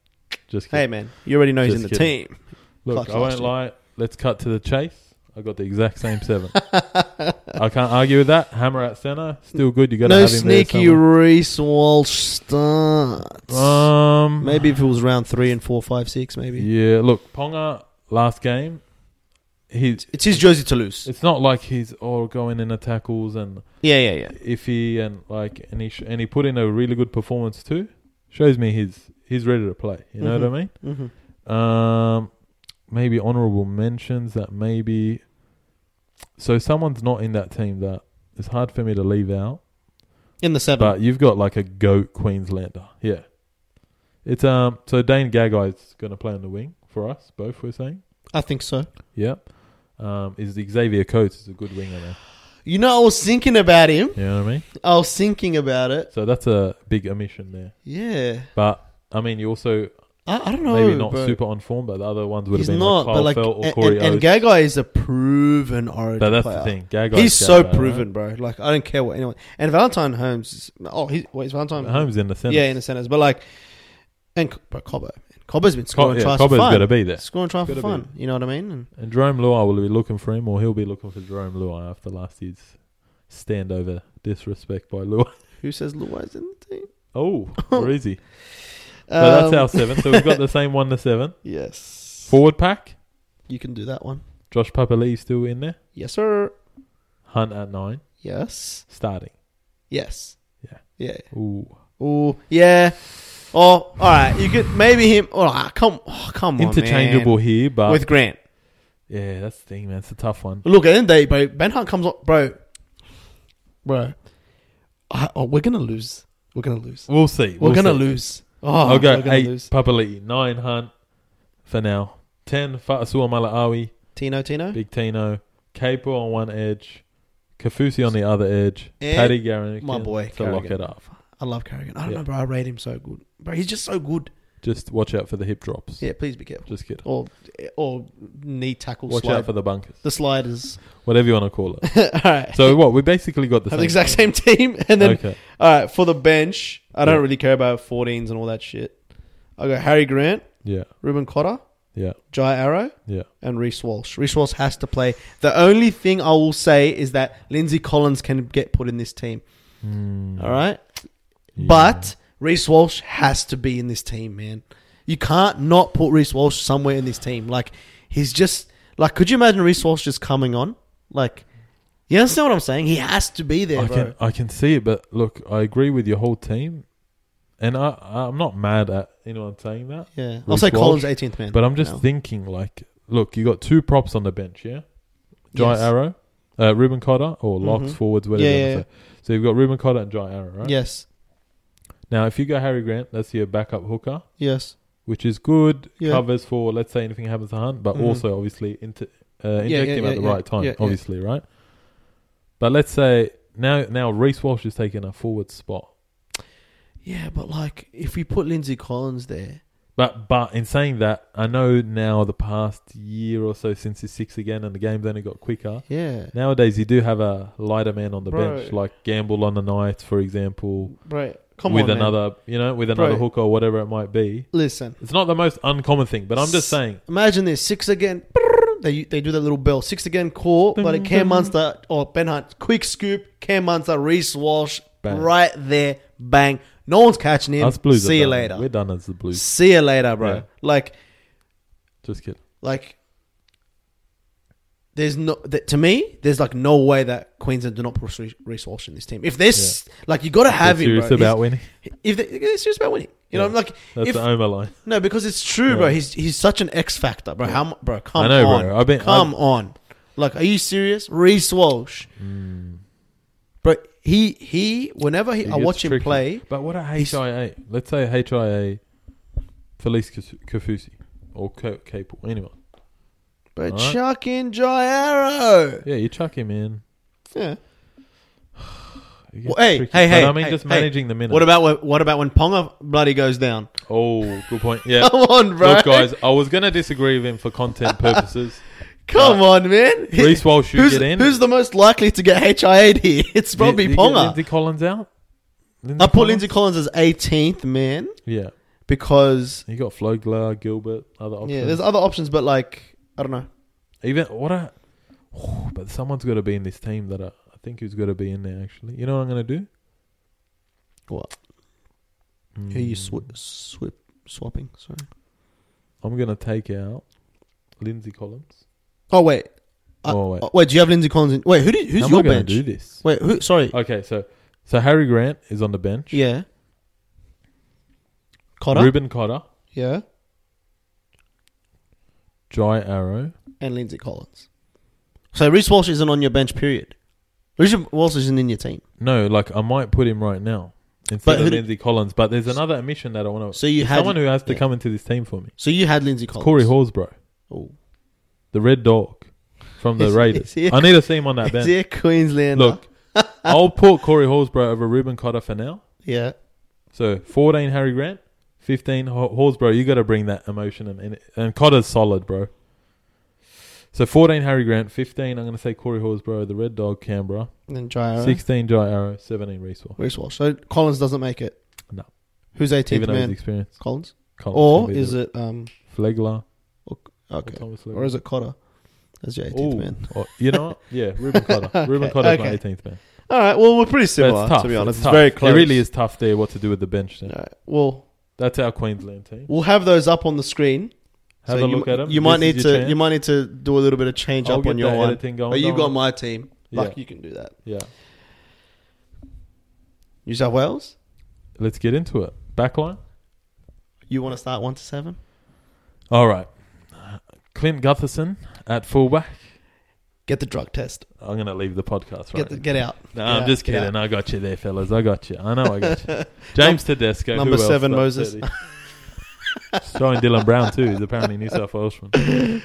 S2: Just kidding.
S1: Hey, man, you already know he's in
S2: Just
S1: the team.
S2: Look,
S1: Fuck
S2: I
S1: last
S2: won't lie. Let's cut to the chase. I got the exact same seven. I can't argue with that. Hammer at center, still good. You got to
S1: No
S2: have him
S1: sneaky
S2: there. somewhere.
S1: Reese Walsh starts.
S2: um,
S1: maybe if it was round three and four, five, six, maybe.
S2: Yeah. Look, Ponga last game. He.
S1: It's his jersey to lose.
S2: It's not like he's all going in the tackles and
S1: Yeah, yeah, yeah.
S2: iffy and like and he sh- and he put in a really good performance too. Shows me he's he's ready to play. You know what I mean?
S1: Mm-hmm.
S2: Um, maybe honorable mentions that maybe. So someone's not in that team that it's hard for me to leave out.
S1: In the seven.
S2: But you've got like a goat Queenslander, yeah. It's um. So Dane Gagai's going to play on the wing for us both. We're saying,
S1: I think so.
S2: yeah. Um, is the Xavier Coates is a good winger there.
S1: You know, I was thinking about him.
S2: You know what I mean?
S1: I was thinking about it.
S2: So that's a big omission there.
S1: Yeah.
S2: But I mean, you also
S1: I, I don't know.
S2: maybe not
S1: bro.
S2: super on form, but the other ones would
S1: He's
S2: have been
S1: not, but
S2: like Kyle Felt
S1: like,
S2: or
S1: and,
S2: Corey
S1: and, and
S2: Oates.
S1: Gagai is a proven Origin
S2: But that's
S1: player.
S2: the thing, Gagai.
S1: he's so proven, bro. Like I don't care what anyone. And Valentine Holmes, is, oh, he's, wait, is Valentine
S2: Holmes in the centre.
S1: Yeah, in the centers, but like, and C- bro, Cobbo, Cobbo's been
S2: Co-
S1: scoring
S2: yeah,
S1: tries
S2: Cobbo's
S1: for fun.
S2: got to be there.
S1: Scoring tries for
S2: Gotta
S1: fun. You know what I mean? And
S2: And Jerome Luai will be looking for him, or he'll be looking for Jerome Luai after last year's standover disrespect by Luai.
S1: who says Luai's in the team?
S2: Oh, easy. So that's
S1: Um,
S2: our seven. So we've got the same one to seven.
S1: yes.
S2: Forward pack.
S1: You can do that one.
S2: Josh Papali'i still in there.
S1: Yes, sir.
S2: Hunt at nine,
S1: Yes.
S2: starting.
S1: Yes.
S2: Yeah.
S1: Yeah.
S2: Ooh,
S1: Oh yeah. Oh, all right. You could maybe him. Oh, ah, come, oh, come on,
S2: interchangeable here, but
S1: man. with Grant.
S2: yeah, that's the thing, man. It's a tough one.
S1: Look, at the end of the day, bro. Ben Hunt comes on, bro. Bro, I, oh, we're gonna lose. We're gonna lose.
S2: We'll see.
S1: We're
S2: We'll
S1: gonna
S2: see.
S1: lose. Oh,
S2: I'll go
S1: we're gonna
S2: eight
S1: lose.
S2: Papali'i, nine Hunt for now. Ten Fatasua Malaawi,
S1: Tino, Tino.
S2: Big Tino, Capo on one edge, Kafusi on the other edge,
S1: And
S2: Paddy Garrigan
S1: my boy,
S2: to lock
S1: Carrigan.
S2: it up.
S1: I love Carrigan. I don't
S2: Yeah.
S1: know, bro. I rate him so good, bro. He's just so good.
S2: Just watch out for the hip drops.
S1: Yeah, please be careful.
S2: Just kidding.
S1: Or, or knee tackle
S2: Watch
S1: slide.
S2: out for the bunkers,
S1: the sliders.
S2: whatever you want to call it.
S1: all right.
S2: So what? We basically got the
S1: Have
S2: same.
S1: the exact same team, and then
S2: okay.
S1: all right for the bench. I don't
S2: Yeah.
S1: really care about 14s and all that shit. I go Harry Grant,
S2: Yeah.
S1: Ruben Cotter,
S2: Yeah.
S1: Jai Arrow,
S2: Yeah.
S1: and Reese Walsh. Reese Walsh has to play. The only thing I will say is that Lindsay Collins can get put in this team.
S2: Mm,
S1: All right,
S2: yeah.
S1: but Reese Walsh has to be in this team, man. You can't not put Reese Walsh somewhere in this team. Like he's just like, could you imagine Reese Walsh just coming on? Like, you understand what I'm saying? He has to be there,
S2: I
S1: bro.
S2: can I can see it, but look, I agree with your whole team, and I I'm not mad at anyone saying that,
S1: yeah, I'll
S2: Reece
S1: say
S2: Walsh,
S1: Collins 18th man,
S2: but I'm just
S1: No.
S2: thinking like, look, you got two props on the bench, yeah, Jai
S1: Yes.
S2: Arrow, uh, Ruben Cotter, or
S1: Mhm.
S2: locks forwards, whatever.
S1: Yeah,
S2: you
S1: yeah,
S2: wanna say. So you've got Ruben Cotter and Jai Arrow, right?
S1: Yes,
S2: Now, if you go Harry Grant, that's your backup hooker,
S1: yes,
S2: which is good,
S1: Yeah.
S2: covers for let's say anything happens to Hunt, but
S1: Mhm.
S2: also obviously inter, uh, inject
S1: yeah,
S2: him at
S1: yeah,
S2: the
S1: yeah,
S2: right time,
S1: yeah, yeah.
S2: obviously, right? But let's say now now Reese Walsh is taking a forward spot.
S1: yeah. But like, if we put Lindsay Collins there,
S2: But but in saying that, I know now the past year or so since he's six again and the game's only got quicker.
S1: yeah,
S2: Nowadays you do have a lighter man on the
S1: Bro.
S2: bench, like Gamble on the night, for example,
S1: right. Come
S2: with
S1: on, man.
S2: another you know, with another
S1: Bro.
S2: hooker or whatever it might be.
S1: Listen,
S2: It's not the most uncommon thing, but I'm
S1: S-
S2: just saying
S1: imagine this six again. brrr, They, they do that little bell. Six again, core, but it Cam Munster or oh, Ben Hunt. Quick scoop, Cam Munster, Reese Walsh,
S2: Bang.
S1: right there, bang. No one's catching him.
S2: us blues. are
S1: See you
S2: done.
S1: later.
S2: We're done as the blues.
S1: See you later, bro.
S2: Yeah.
S1: Like,
S2: Just kidding.
S1: like, there's no that, to me. There's like no way that Queensland do not push Reece- Reece Walsh in this team. If there's like you got to have
S2: They're
S1: him,
S2: serious
S1: bro.
S2: about winning.
S1: He's- if they, they're serious about winning, you know,
S2: Yeah.
S1: like
S2: That's
S1: if
S2: the Omer line.
S1: no, because it's true, bro.
S2: Yeah.
S1: He's he's such an X factor, bro. How mu- bro? Come
S2: I know,
S1: on,
S2: bro. I've been-
S1: come on. Like, are you serious, Reese Walsh, bro? He he. Whenever he,
S2: It
S1: I
S2: Hmm. gets
S1: watch him
S2: tricky.
S1: play,
S2: But what a
S1: He's-
S2: HIA. Let's say HIA, Felice Kis- Kafusi or K- Capel, anyone.
S1: but
S2: Alright.
S1: chuck in Jai Arrow.
S2: Yeah, you chuck him in.
S1: Yeah.
S2: It gets
S1: Well, hey,
S2: tricky.
S1: hey,
S2: But
S1: hey,
S2: I mean,
S1: hey,
S2: just
S1: hey.
S2: managing the minutes.
S1: What about when, what about when Ponga bloody goes down?
S2: Oh, good point. Yeah.
S1: Come on, bro.
S2: Look, guys, I was going to disagree with him for content purposes.
S1: Come on, man.
S2: uh, Reese Walsh should
S1: who's,
S2: get in.
S1: who's the most likely to get HIA'd here? It's
S2: Did-
S1: probably
S2: did you get
S1: Ponga.
S2: Lindsay Collins out. Lindsay
S1: I put
S2: Collins?
S1: Lindsay Collins as 18th man
S2: Yeah,
S1: because
S2: you got Flogler, Gilbert, other options.
S1: yeah, there's other options, but like I don't know.
S2: Even what a, but someone's got to be in this team that I, I think who's got to be in there. Actually, you know what I'm gonna do?
S1: What? Who you
S2: Mm,
S1: sw- swip swapping? Sorry.
S2: I'm gonna take out Lindsay Collins.
S1: Oh wait, I-
S2: oh wait,
S1: Oh, wait. Do you have Lindsay Collins? In- wait, who? Did, who's
S2: How am I
S1: your
S2: gonna
S1: bench?
S2: Do this? Oh.
S1: Wait, who? Sorry.
S2: Okay, so so Harry Grant is on the bench.
S1: yeah. Cotter.
S2: Ruben Cotter,
S1: Yeah.
S2: Jai Arrow.
S1: And Lindsay Collins. So Reese Walsh isn't on your bench. Period. Reese Walsh isn't in your team.
S2: No, like I might put him right now
S1: But
S2: instead
S1: who
S2: of
S1: did-
S2: Lindsay Collins. But there's another omission that I want to.
S1: So you had
S2: Someone who has to
S1: yeah.
S2: come into this team for me.
S1: So you had Lindsay
S2: It's
S1: Collins.
S2: Corey Horsbrough,
S1: Oh.
S2: the Red Dog from the
S1: Is-
S2: Raiders.
S1: is he a-
S2: I need to see him on that bench.
S1: Is he a Queenslander?
S2: Look, I'll put Corey Horsbrough over Ruben Cotter for now.
S1: Yeah.
S2: So 14 Harry Grant, 15 Ho- Horsbrough. You got to bring that emotion and, and and Cotter's solid, bro. So 14 Harry Grant, 15 I'm going to say Corey Horsbrough, the Red Dog Canberra,
S1: And then Jai Arrow.
S2: 16 Jai Arrow, 17 Reese Walsh.
S1: Reese Walsh. So Collins doesn't make it.
S2: No.
S1: Who's 18th
S2: Even though Oh, his
S1: man?
S2: experience,
S1: Collins.
S2: Collins
S1: Or is it um
S2: Flegler? or
S1: okay.
S2: Thomas
S1: Or is it Cotter? As your 18th
S2: Ooh,
S1: man.
S2: or- you know what? Yeah, Ruben Cotter. Ruben
S1: Okay,
S2: Cotter's
S1: okay.
S2: my 18th man.
S1: All right. Well, we're pretty
S2: But
S1: similar
S2: it's tough.
S1: to be honest. It's,
S2: tough.
S1: very close.
S2: It really is tough there what to do with the bench. Then.
S1: All right. Well,
S2: That's our Queensland team.
S1: we'll have those up on the screen.
S2: Have
S1: So
S2: a
S1: you,
S2: look at them.
S1: You might need to. You might need to do a little bit of change
S2: I'll
S1: up
S2: get
S1: on your
S2: that
S1: one.
S2: editing going.
S1: But you've
S2: don't
S1: got my team.
S2: Yeah.
S1: Like you can do that.
S2: Yeah.
S1: New South Wales.
S2: Let's get into it. Backline.
S1: You want to start one to seven?
S2: All right. Clint Gutherson at fullback.
S1: Get the drug test.
S2: I'm going to leave the podcast right
S1: Get the, get out.
S2: now.
S1: get
S2: No, I'm
S1: out,
S2: just
S1: get out.
S2: kidding. I got you there, fellas. I got you. I know I got you. James Tedesco.
S1: number
S2: who else?
S1: seven,
S2: That's
S1: Moses.
S2: 30. Throwing Dylan Brown, too. He's apparently New South Welshman.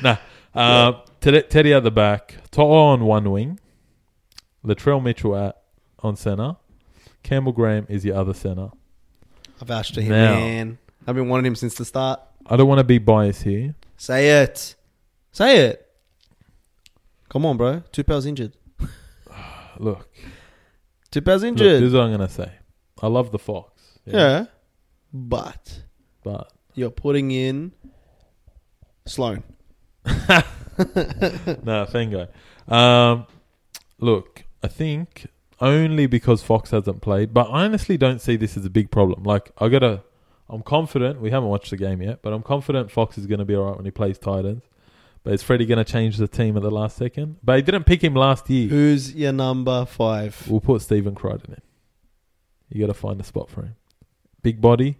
S2: Nah. Uh, Teddy, Teddy at the back. To'o on one wing. Latrell Mitchell at on centre. Campbell Graham is your other centre.
S1: I vouched for him,
S2: Now.
S1: man. I've been wanting him since the start.
S2: I don't want to be biased here.
S1: Say it. Say it. Come on, bro. Two pals injured.
S2: Look,
S1: Two pals
S2: look this
S1: injured.
S2: is what I'm going to say. I love the Fox.
S1: yeah. But
S2: But
S1: You're putting in Sloan.
S2: no, Fengo. Um, look, I think only because Fox hasn't played, but I honestly don't see this as a big problem. Like, I gotta, I'm confident. We haven't watched the game yet, but I'm confident Fox is going to be all right when he plays Titans. But is Freddie going to change the team at the last second? But he didn't pick him last year.
S1: Who's your number five?
S2: We'll put Stephen Crichton in. You got to find a spot for him. Big body,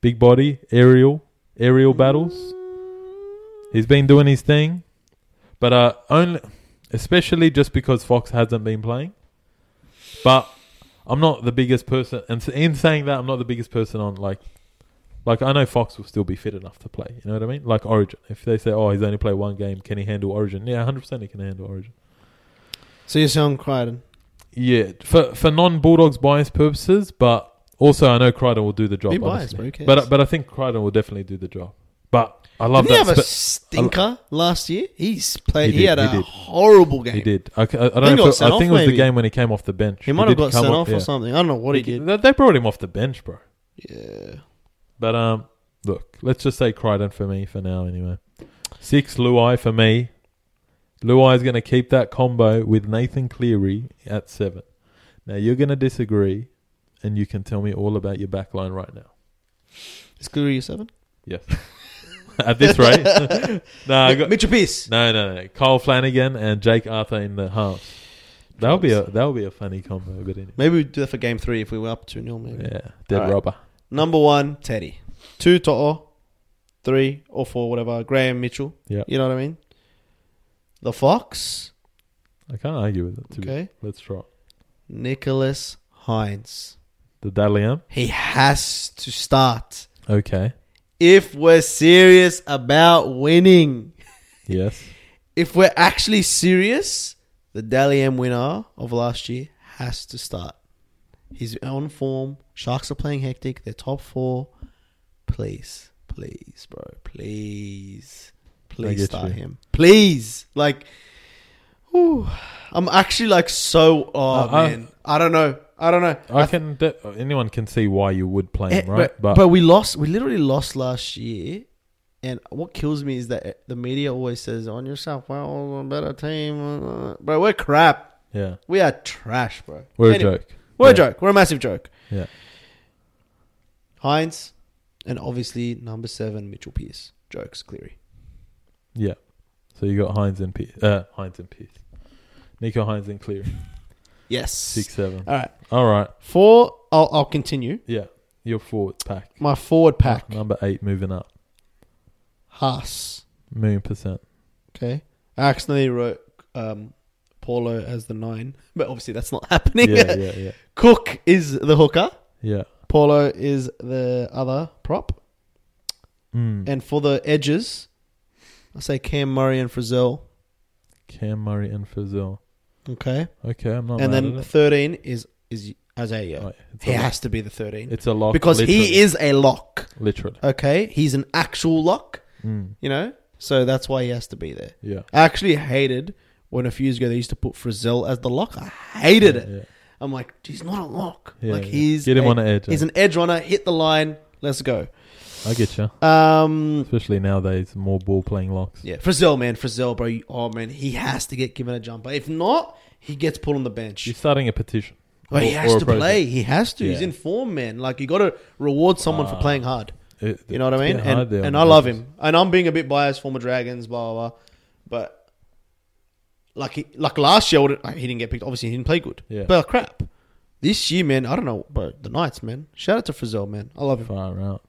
S2: big body, aerial, aerial battles. He's been doing his thing, but uh, only, especially just because Fox hasn't been playing. But I'm not the biggest person, and s- in saying that, I'm not the biggest person on like, like I know Fox will still be fit enough to play. You know what I mean? Like Origin, if they say, "Oh, he's only played one game, can he handle Origin?" Yeah, 100 percent he can handle Origin.
S1: So you're saying Crichton.
S2: Yeah, for for non Bulldogs bias purposes, but also I know Crichton will do the job.
S1: Be biased,
S2: honestly.
S1: bro. Who cares?
S2: But but I think Crichton will definitely do the job. But I love
S1: Didn't he
S2: that.
S1: have a
S2: spe-
S1: stinker last year? He's played.
S2: He
S1: He,
S2: did,
S1: had
S2: he
S1: a
S2: did.
S1: horrible game.
S2: he did. I, c- I- I don't
S1: he
S2: know.
S1: got
S2: If it,
S1: sent
S2: I think
S1: off,
S2: it was the
S1: maybe.
S2: game when he came off the bench.
S1: He might have
S2: did
S1: got
S2: come
S1: sent off
S2: yeah.
S1: or something. I don't know what he did.
S2: They, they brought him off the bench, bro.
S1: Yeah.
S2: But um, look, let's just say Crichton for me for now, anyway. Six Luai for me. Luai is going to keep that combo with Nathan Cleary at seven. Now you're going to disagree, and you can tell me all about your back line right now.
S1: Is Cleary your seven?
S2: Yes. At this rate, no, I got,
S1: Mitchell Pearce.
S2: no, no, no. Kyle Flanagan and Jake Arthur in the halves. That'll be a that'll be a funny combo, but anyway.
S1: Maybe we do that for game three if we were up 2 0. Maybe.
S2: yeah, dead
S1: Alright.
S2: rubber.
S1: Number one, Teddy. Two, To'o. Three or four, whatever. Graham Mitchell.
S2: Yeah.
S1: You know what I mean? The Fox.
S2: I can't argue with it. To
S1: Okay.
S2: be, let's try
S1: Nicholas Hines.
S2: the Dalian.
S1: He has to start.
S2: Okay,
S1: If we're serious about winning,
S2: yes,
S1: if we're actually serious, the Dally M winner of last year has to start. He's on form. Sharks are playing hectic. They're top four. Please, please, bro, please, please
S2: get
S1: start
S2: you.
S1: him. Please, like, whew. I'm actually like so. Oh
S2: Uh, I-
S1: man, I, don't know. I don't know.
S2: I can. De- anyone can see why you would play him,
S1: Eh,
S2: right?
S1: But, but we lost. We literally lost last year. And what kills me is that eh, the media always says, "On yourself, well, we're a better team." Bro, we're crap.
S2: yeah,
S1: We are trash, bro.
S2: we're
S1: Anyway,
S2: a joke.
S1: We're
S2: Yeah.
S1: a joke. We're a massive joke.
S2: Yeah,
S1: Heinz, and obviously number seven, Mitchell Pearce. Jokes, Cleary.
S2: yeah. So you got Hines and Pierce. Uh, Hines and Pierce. Nico Hines and Cleary.
S1: Yes.
S2: Six seven.
S1: All right.
S2: All right.
S1: Four. I'll, I'll continue.
S2: Yeah, your forward pack.
S1: My forward pack.
S2: Number eight moving up.
S1: Haas.
S2: Million percent.
S1: Okay. I accidentally wrote um, Paulo as the nine, but obviously that's not happening.
S2: Yeah, yeah, yeah.
S1: Cook is the hooker.
S2: Yeah.
S1: Paulo is the other prop.
S2: Mm.
S1: And for the edges, I say Cam Murray and Frizzell.
S2: Cam Murray and Fazil.
S1: Okay.
S2: Okay, I'm not.
S1: and
S2: mad
S1: then
S2: at it.
S1: 13 is is Isaiah.
S2: Right, it's,
S1: He
S2: a,
S1: has to be the 13.
S2: it's a lock
S1: Because he is a lock.
S2: literally.
S1: Okay. He's an actual lock,
S2: Mm,
S1: you know? So that's why he has to be there.
S2: yeah,
S1: I actually hated when a few years ago they used to put Frizzell as the lock. I hated it.
S2: Yeah,
S1: I'm like, he's not a lock.
S2: yeah,
S1: like
S2: yeah.
S1: he's
S2: get him
S1: a-
S2: on the edge.
S1: He's
S2: eh?
S1: an edge runner. Hit the line. Let's go.
S2: I get you.
S1: Um,
S2: Especially nowadays, more ball playing locks.
S1: Yeah, Frizzell, man, Frizzell, bro. You, oh man, he has to get given a jumper. If not, he gets put on the bench.
S2: You're starting a petition.
S1: Well, he
S2: Or-
S1: has
S2: or a
S1: to
S2: protest.
S1: play. He has to. He's
S2: Yeah.
S1: in form, man. Like you got to reward someone for
S2: Wow.
S1: playing hard.
S2: It-
S1: You know what I
S2: it's
S1: mean?
S2: getting hard
S1: And,
S2: there on
S1: and
S2: the
S1: I love
S2: edges.
S1: him. And I'm being a bit biased, former Dragons, blah blah. blah. But like, he, like last year, I wouldn't- like, he didn't get picked. Obviously, he didn't play good.
S2: Yeah.
S1: But crap, this year, man, I don't know. But the Knights, man. Shout out to Frizzell, man. I love him.
S2: Far out.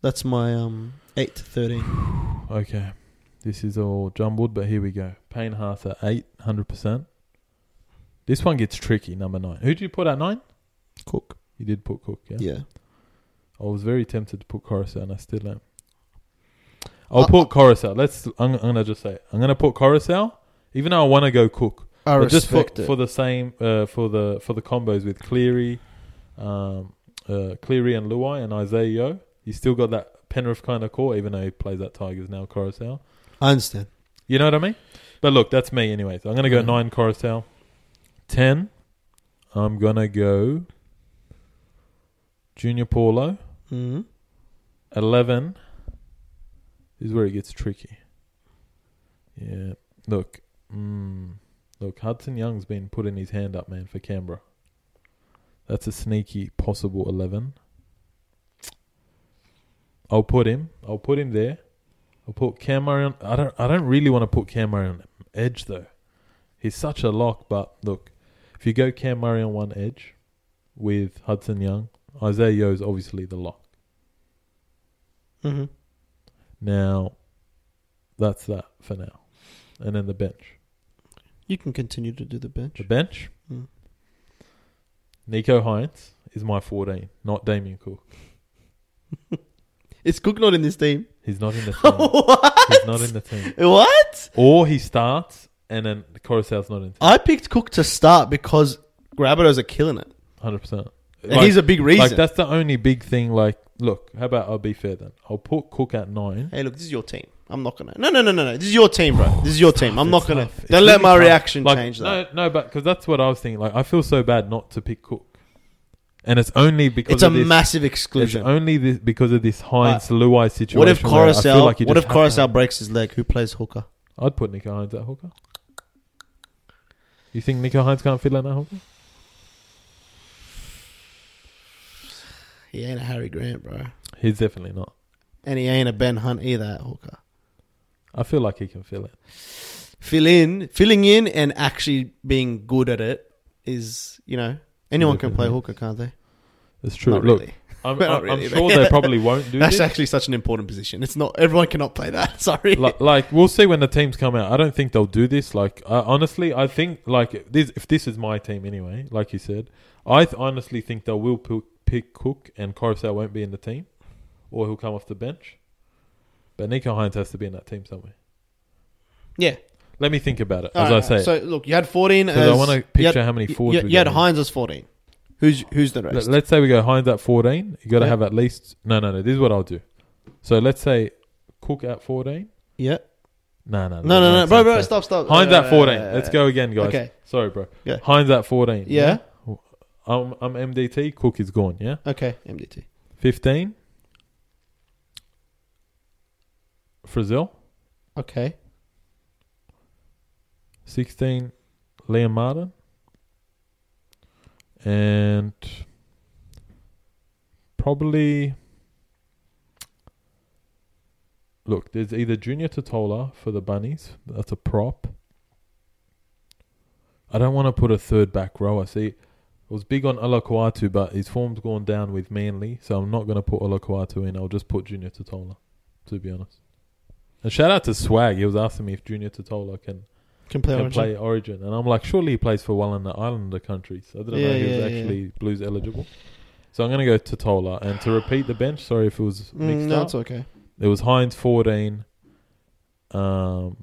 S1: That's my um eight to thirteen.
S2: Okay, this is all jumbled, but here we go. Payne Haas at eight hundred percent. This one gets tricky. Number nine. Who did you put at nine?
S1: Cook.
S2: You did put Cook. Yeah.
S1: Yeah.
S2: I was very tempted to put Coruscant. I still am. I'll
S1: Uh,
S2: put Coruscant. Let's. I'm, I'm gonna just say. It. I'm gonna put Coruscant, even though I want to go Cook,
S1: I
S2: but just for,
S1: respect it.
S2: for the same uh, for the for the combos with Cleary, um, uh, Cleary and Luai and Isaiah. Yo. You still got that Penrith kind of core, even though he plays at Tigers now. Coruscant.
S1: I understand.
S2: You know what I mean? But look, that's me anyway. So I'm gonna go
S1: Mhm.
S2: nine Coruscant, ten. I'm gonna go
S1: Mm-hmm.
S2: Junior Paulo.
S1: hmm
S2: 11 This is where it gets tricky. Yeah. Look. Mm, look, Hudson Young's been putting his hand up, man, for Canberra. That's a sneaky possible 11. I'll put him. I'll put him there. I'll put Cameron. I don't. I don't really want to put Cameron edge though. He's such a lock. But look, if you go Cam Murray on one edge with Hudson Young, Isaiah Yo is obviously the lock.
S1: Mm-hmm.
S2: Now, that's that for now. And then the bench.
S1: You can continue to do the bench.
S2: The bench.
S1: Mm.
S2: Nico Hines is my fourteen, not Damien Cook.
S1: Is Cook not in this team?
S2: He's not in the team.
S1: what?
S2: He's not in the team.
S1: What?
S2: Or he starts and then Coruscant's not in.
S1: I picked Cook to start because Grabados are killing it.
S2: Hundred percent.
S1: And he's a big reason.
S2: Like that's the only big thing. Like, look, how about I'll be fair then? I'll put Cook at nine.
S1: hey, look, this is your team. I'm not gonna. No, no, no, no, no. This is your team, bro. This is your team. I'm
S2: It's
S1: not gonna.
S2: tough. It's
S1: Don't let
S2: really
S1: my
S2: tough.
S1: reaction
S2: Like,
S1: change that.
S2: No, no, but because that's what I was thinking. Like, I feel so bad not to pick Cook, and it's only because
S1: It's a
S2: of this,
S1: massive
S2: It's
S1: exclusion. Uh,
S2: only this because of this Heinz Luai situation.
S1: What if
S2: where I feel
S1: Coruscant?
S2: like you
S1: what if
S2: just have to
S1: Coruscant breaks his leg? Who plays hooker?
S2: have- I'd put Nico Hines at hooker. You think Nico Hines can't fit like that hooker?
S1: He ain't a Harry Grant, bro,
S2: He's definitely not.
S1: and he ain't a Ben Hunt either. At hooker.
S2: I feel like he can fill it.
S1: Fill in, filling in, and actually being good at it is you know anyone can play hooker, can't they?
S2: It's true.
S1: Not
S2: Look,
S1: really.
S2: I'm,
S1: Not
S2: I'm,
S1: really,
S2: I'm sure
S1: but-
S2: they probably won't do
S1: That's
S2: this.
S1: actually such an important position. It's not everyone cannot play that. Sorry.
S2: like, like we'll see when the teams come out. I don't think they'll do this. Like I honestly, I think like if this if this is my team anyway, like you said, I th- honestly think they will pick, pick Cook and Coruscant won't be in the team, or he'll come off the bench. But Nico Hines has to be in that team somewhere.
S1: yeah.
S2: Let me think about it
S1: All
S2: as
S1: right,
S2: I say. it.
S1: so look, you had fourteen.
S2: 'Cause I
S1: As,
S2: wanna
S1: you
S2: picture
S1: had-
S2: how many
S1: you-
S2: forwards
S1: You,
S2: we
S1: you had
S2: got in.
S1: Hines as fourteen. Who's who's the
S2: Let-
S1: rest?
S2: let's say we go Hines at fourteen. You got to
S1: Yeah.
S2: have at least no, no, no. This is what I'll do. So let's say Cook at fourteen.
S1: yeah.
S2: No,
S1: No,
S2: no,
S1: no, no,
S2: that's
S1: bro,
S2: not
S1: bro,
S2: fair.
S1: stop, stop.
S2: Heinz
S1: Uh,
S2: at 14. Let's go again, guys.
S1: Okay.
S2: Sorry, bro.
S1: Yeah.
S2: Heinz at 14.
S1: Yeah.
S2: I'm, I'm MDT. Cook is gone, yeah?
S1: Okay. MDT.
S2: 15. Frizzell.
S1: Okay.
S2: 16. Liam Martin. And probably. Look, there's either Junior Totola for the Bunnies. That's a prop. I don't want to put a third back row. I see. I was big on Olakwatu, but his form's gone down with Manly, so I'm not going to put Olakwatu in. I'll just put Junior Totola, to be honest. And shout out to Swag. He was asking me if Junior Totola can
S1: Can play
S2: and
S1: Origin.
S2: play Origin. And I'm like, surely he plays for Wallanda Islander countries. I didn't
S1: Yeah,
S2: know he was
S1: yeah,
S2: actually Blues eligible. So I'm going to go Totola. And to repeat the bench, sorry if it was
S1: Mm,
S2: mixed
S1: no,
S2: up.
S1: it's okay.
S2: It was Heinz 14, um,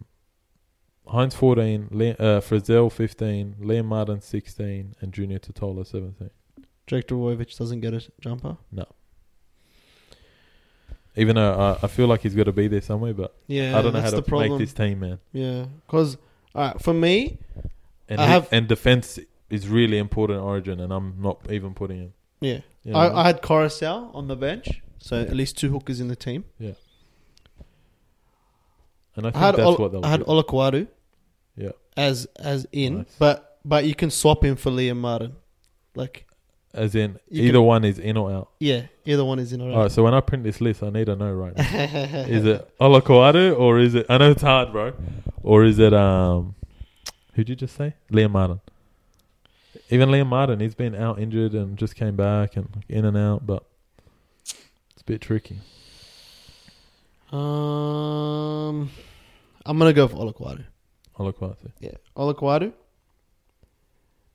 S2: Heinz 14, Le- uh, Frizzell 15, Liam Martin 16, and Junior Totola 17.
S1: Jake Drovovic doesn't get a jumper.
S2: Even though I, I feel like he's got to be there somewhere, but
S1: Yeah,
S2: I don't know
S1: that's
S2: how to
S1: the problem.
S2: make this team, man.
S1: Yeah, because all right, for me,
S2: And,
S1: I
S2: he-
S1: have-
S2: and defense is really important in Origin, and I'm not even putting him.
S1: yeah,
S2: You know what mean?
S1: I, I had Coruscant on the bench, so at least two hookers in the team.
S2: and I
S1: I,
S2: think
S1: had
S2: that's
S1: Ol-
S2: what they'll
S1: I had
S2: do.
S1: Olakwadu
S2: Yeah.
S1: as as in,
S2: Nice.
S1: but but you can swap him for Liam Martin, like
S2: As in,
S1: You
S2: either
S1: can-
S2: one is in or out.
S1: yeah, either one is in or
S2: All
S1: out.
S2: right, so when I print this list, I need to know right now. is
S1: is
S2: it Olakuadu or is it? I know it's hard, bro. Or is it um? Who'd you just say? Liam Martin. Even Liam Martin, he's been out injured and just came back and in and out, but it's a bit tricky.
S1: Um, I'm gonna go for Olakwadu.
S2: Olakuadu.
S1: Yeah, Olakwadu.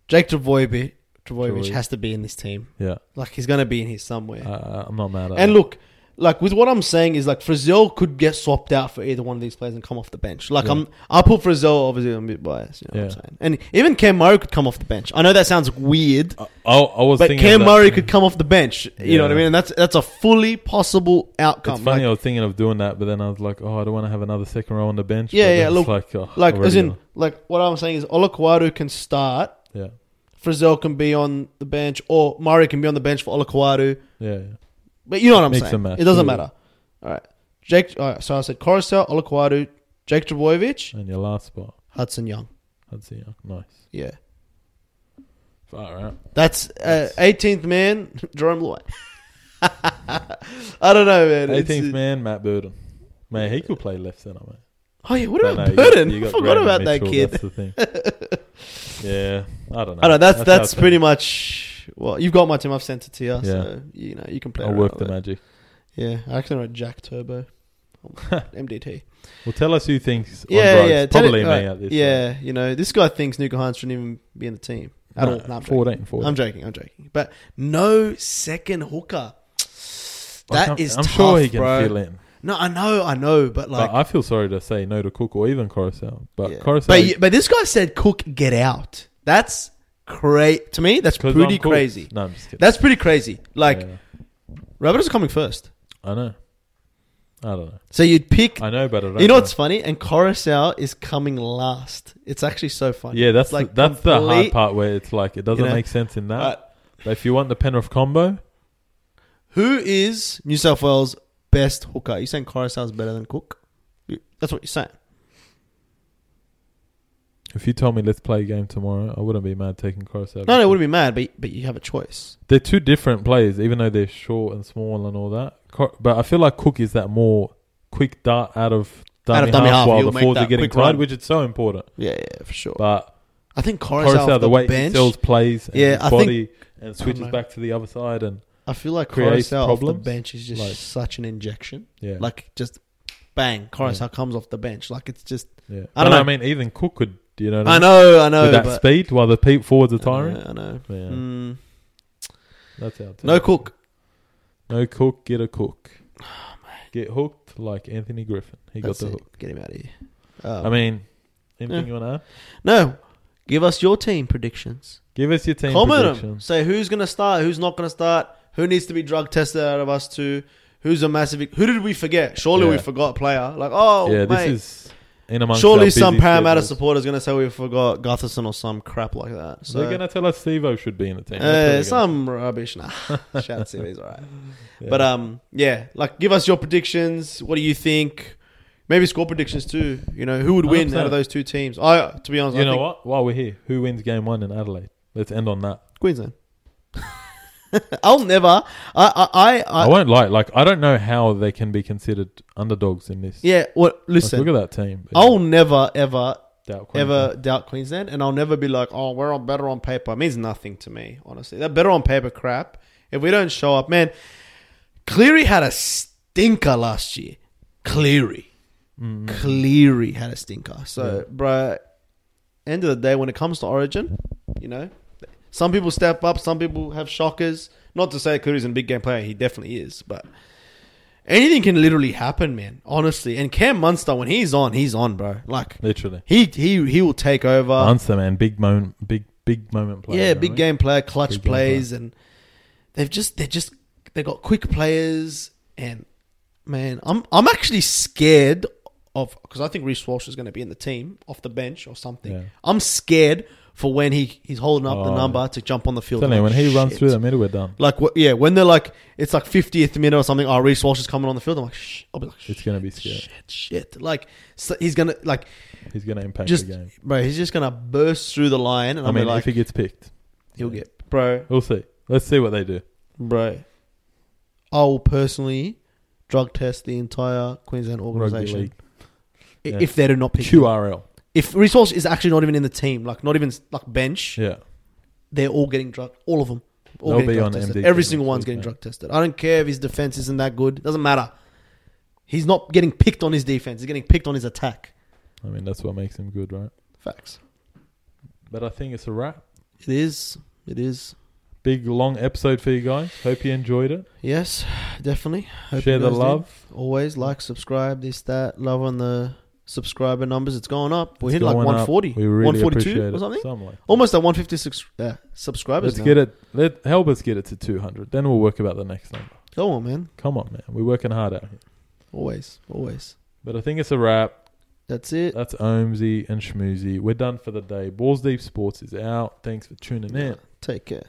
S1: Jake Dravojevic, Dravojevic
S2: Dravojevic.
S1: has to be in this team.
S2: Yeah,
S1: Like he's gonna be in here somewhere.
S2: I- I, I'm not mad at.
S1: And
S2: it.
S1: look, like with what I'm saying is like Frizzell could get swapped out for either one of these players and come off the bench. Like
S2: Yeah.
S1: I'm, I put Frizzell obviously I'm a bit biased. You know what
S2: Yeah.
S1: I'm saying? And even Cam Murray could come off the bench. I know that sounds weird,
S2: I, I, I was
S1: but
S2: thinking of
S1: Cam
S2: that.
S1: Murray could come off the bench. You know what I
S2: Yeah.
S1: mean? And that's that's a fully possible outcome.
S2: It's funny.
S1: Like,
S2: I was thinking of doing that, but then I was like, oh, I don't want to have another second row on the bench.
S1: Yeah,
S2: but
S1: yeah,
S2: then
S1: look,
S2: it's like, oh,
S1: like
S2: I've
S1: as
S2: already
S1: in, like what I'm saying is Olakwadu can start.
S2: got- yeah,
S1: Frizzell can be on the bench, or Murray can be on the bench for Olakwadu.
S2: yeah, yeah.
S1: But you know what I'm
S2: Mix and
S1: saying.
S2: match,
S1: It doesn't
S2: yeah.
S1: matter. All right. J- Jake. Uh, so I said Coruscant, Olakwadu, Jake Trebojevic,
S2: And your last spot,
S1: Hudson Young.
S2: Hudson Young. Nice.
S1: Yeah,
S2: Far out.
S1: that's uh,
S2: That's-
S1: 18th man Jerome Loy. I don't know, man. It's-
S2: 18th man, Matt Burden. Man, he could play left centre, man.
S1: Oh yeah, what about
S2: But no, you got-
S1: Burden?
S2: you
S1: I
S2: got
S1: forgot
S2: Graham
S1: about that
S2: Mitchell,
S1: kid.
S2: That's the thing. yeah, I don't know.
S1: I don't know. That's
S2: how
S1: that's
S2: it's
S1: pretty much. Well, you've got my team. I've sent it to you, so you know you can play.
S2: I'll
S1: around
S2: work
S1: with
S2: the
S1: it.
S2: magic.
S1: Yeah, I actually wrote Jack Turbo, MDT.
S2: Well, tell us who thinks.
S1: yeah,
S2: on
S1: yeah,
S2: yeah.
S1: tell it-
S2: Probably me
S1: alright,
S2: at this.
S1: Yeah, you know this guy thinks Nuka Hines shouldn't even be in the team at
S2: No,
S1: all. No, I'm joking.
S2: 14, 14.
S1: I'm joking. I'm joking. But no second hooker.
S2: I
S1: That
S2: can't-
S1: is
S2: I'm
S1: tough,
S2: sure he can
S1: bro.
S2: fill in.
S1: No, I know, I know, but like,
S2: but I feel sorry to say no to Cook or even Coruscant. But
S1: yeah.
S2: Coruscant,
S1: but, you- but this guy said, "Cook, get out." That's crazy. To me, that's
S2: 'cause
S1: pretty
S2: I'm Cook.
S1: crazy.
S2: No, I'm just kidding.
S1: That's pretty crazy. Like,
S2: Yeah.
S1: Rabbitohs are coming first,
S2: I know. I don't know.
S1: so you'd pick.
S2: I know, but I don't
S1: You know what's funny? And Coruscant is coming last. It's actually so funny.
S2: Yeah, that's
S1: It's like
S2: the, that's the hard
S1: complete-
S2: part where it's like it doesn't
S1: know?
S2: make sense in that.
S1: Alright.
S2: But if you want the Penrith combo,
S1: Who is New South Wales' best hooker? Are you saying Coruscant's better than Cook? You- That's what you're saying.
S2: if you told me let's play a game tomorrow, I wouldn't be mad taking Coruscant.
S1: No, no, it wouldn't be mad, but but you have a choice.
S2: They're two different players, even though they're short and small and all that. Cor- But I feel like Cook is that more quick dart out of dummy,
S1: Out of dummy
S2: half,
S1: half,
S2: while
S1: he'll
S2: the
S1: make
S2: forwards
S1: that
S2: are getting
S1: quick
S2: tied,
S1: run.
S2: which is so important.
S1: Yeah, yeah, for sure.
S2: But
S1: I think Coruscant
S2: Coruscant,
S1: off
S2: the
S1: the
S2: way
S1: bench.
S2: he sells plays and
S1: Yeah,
S2: his
S1: I think-
S2: body and
S1: I
S2: switches
S1: know.
S2: back to the other side and
S1: I feel like
S2: creates
S1: Coruscant off the
S2: problems,
S1: bench is just
S2: like-
S1: such an injection.
S2: yeah,
S1: Like just bang, Coruscant comes off the bench. Like it's just.
S2: yeah.
S1: I
S2: I
S1: don't
S2: don't
S1: know.
S2: I mean, even Cook could, you know, what
S1: I
S2: mean?
S1: know, I know.
S2: with that
S1: but,
S2: speed while the pe- forwards are
S1: I know,
S2: tiring.
S1: I know.
S2: Yeah,
S1: Mm,
S2: that's our
S1: no
S2: take.
S1: Cook. Oh,
S2: No cook, get a cook. Get hooked like Anthony Griffin. He
S1: That's
S2: got the
S1: it.
S2: hook.
S1: Get him out of here. Um,
S2: I mean, anything
S1: Yeah.
S2: you want to add?
S1: no. Give us your team predictions.
S2: Give us your team
S1: Comment 'em.
S2: predictions.
S1: Say who's going to start, who's not going to start, who needs to be drug tested out of us two, who's a massive. Who did we forget? Surely we
S2: Yeah.
S1: forgot a player. Like, oh,
S2: yeah,
S1: mate.
S2: this is in amongst our
S1: Surely
S2: busy
S1: some Parramatta
S2: schedules.
S1: supporter's going to say we forgot Gutherson or some crap like that. So,
S2: They're gonna tell us Stevo should be in the team.
S1: Eh,
S2: That's what
S1: some rubbish. Nah, shout out to him, he's all right.
S2: they're gonna-
S1: But
S2: yeah.
S1: um, yeah, like give us your predictions. What do you think? Maybe score predictions too. You know, who would win
S2: 100%.
S1: out of those two teams? I, to be honest,
S2: you
S1: I
S2: know
S1: think
S2: what? While we're here, who wins game one in Adelaide? Let's end on that.
S1: Queensland. I'll never. I, I, I,
S2: I, won't lie. Like I don't know how they can be considered underdogs in this.
S1: Yeah, well,
S2: Like,
S1: listen,
S2: look at that team. But
S1: I'll never, ever,
S2: doubt Queensland.
S1: ever doubt Queensland, and I'll never be like, oh, we're on better on paper. It means nothing to me, honestly. That better on paper crap. If we don't show up, man, Cleary had a stinker last year. Cleary. Cleary had a stinker. So, bruh, end of the day, when it comes to Origin, you know, some people step up, some people have shockers. Not to say Cleary's a big game player, he definitely is, but anything can literally happen, man. Honestly, and Cam Munster, when he's on, he's on, bro. Like
S2: literally.
S1: he he he will take over.
S2: Answer man, big moment, big big moment player.
S1: Uh, yeah,
S2: you know
S1: big
S2: what I mean?
S1: game player, clutch
S2: Big game
S1: plays, and they've just they just they got quick players, and man, I'm I'm actually scared of because I think Reece Walsh is going to be in the team off the bench or something.
S2: Yeah.
S1: I'm scared for when he he's holding up the
S2: Oh.
S1: number to jump on the field.
S2: Telling you,
S1: I'm
S2: when
S1: like,
S2: he runs
S1: "Shit."
S2: through the middle, we're done.
S1: Like what? Yeah, when they're like, it's like fiftieth minute or something. Oh, Reese Walsh is coming on the field. I'm like, Shh. I'll be like,
S2: It's gonna be scary.
S1: shit, shit. Like so he's gonna like,
S2: He's gonna impact
S1: Just-
S2: the game.
S1: bro, he's just gonna burst through the line, and
S2: I
S1: I'm
S2: mean,
S1: like,
S2: if he gets picked,
S1: he'll get, bro,
S2: we'll see. Let's see what they do.
S1: bro. I will personally drug test the entire Queensland
S2: Rugby
S1: organization
S2: League,
S1: i-
S2: yeah.
S1: if they do not pick. him.
S2: QRL.
S1: If Reece Walsh is actually not even in the team, like not even like bench,
S2: Yeah,
S1: they're all getting drug. All of them. All
S2: They'll
S1: getting
S2: be
S1: drug
S2: on
S1: tested.
S2: MDT
S1: Every
S2: next
S1: single one's
S2: week,
S1: getting
S2: mate.
S1: drug tested. I don't care if his defense isn't that good. Doesn't matter. He's not getting picked on his defense. He's getting picked on his attack.
S2: I mean that's what makes him good, right?
S1: Facts.
S2: But I think it's a wrap.
S1: It is. It is.
S2: Big long episode for you guys. Hope you enjoyed it.
S1: Yes, definitely. Hope
S2: Share
S1: you
S2: the
S1: guys do.
S2: love.
S1: Always like, subscribe, this, that. Love on the subscriber numbers. It's going up. We
S2: It's
S1: hit like
S2: going up.
S1: 140,
S2: We really
S1: 142
S2: appreciate
S1: or
S2: it.
S1: something.
S2: Something like that.
S1: Almost at 156 uh, subscribers.
S2: Let's
S1: now.
S2: get it. Let help us get it to two hundred. Then we'll work about the next number.
S1: Go on, man.
S2: Come on, man. We're working hard out here.
S1: Always, always.
S2: But I think it's a wrap.
S1: That's it.
S2: That's Omsy and Schmoozy. We're done for the day. Balls Deep Sports is out. Thanks for tuning in.
S1: Take care.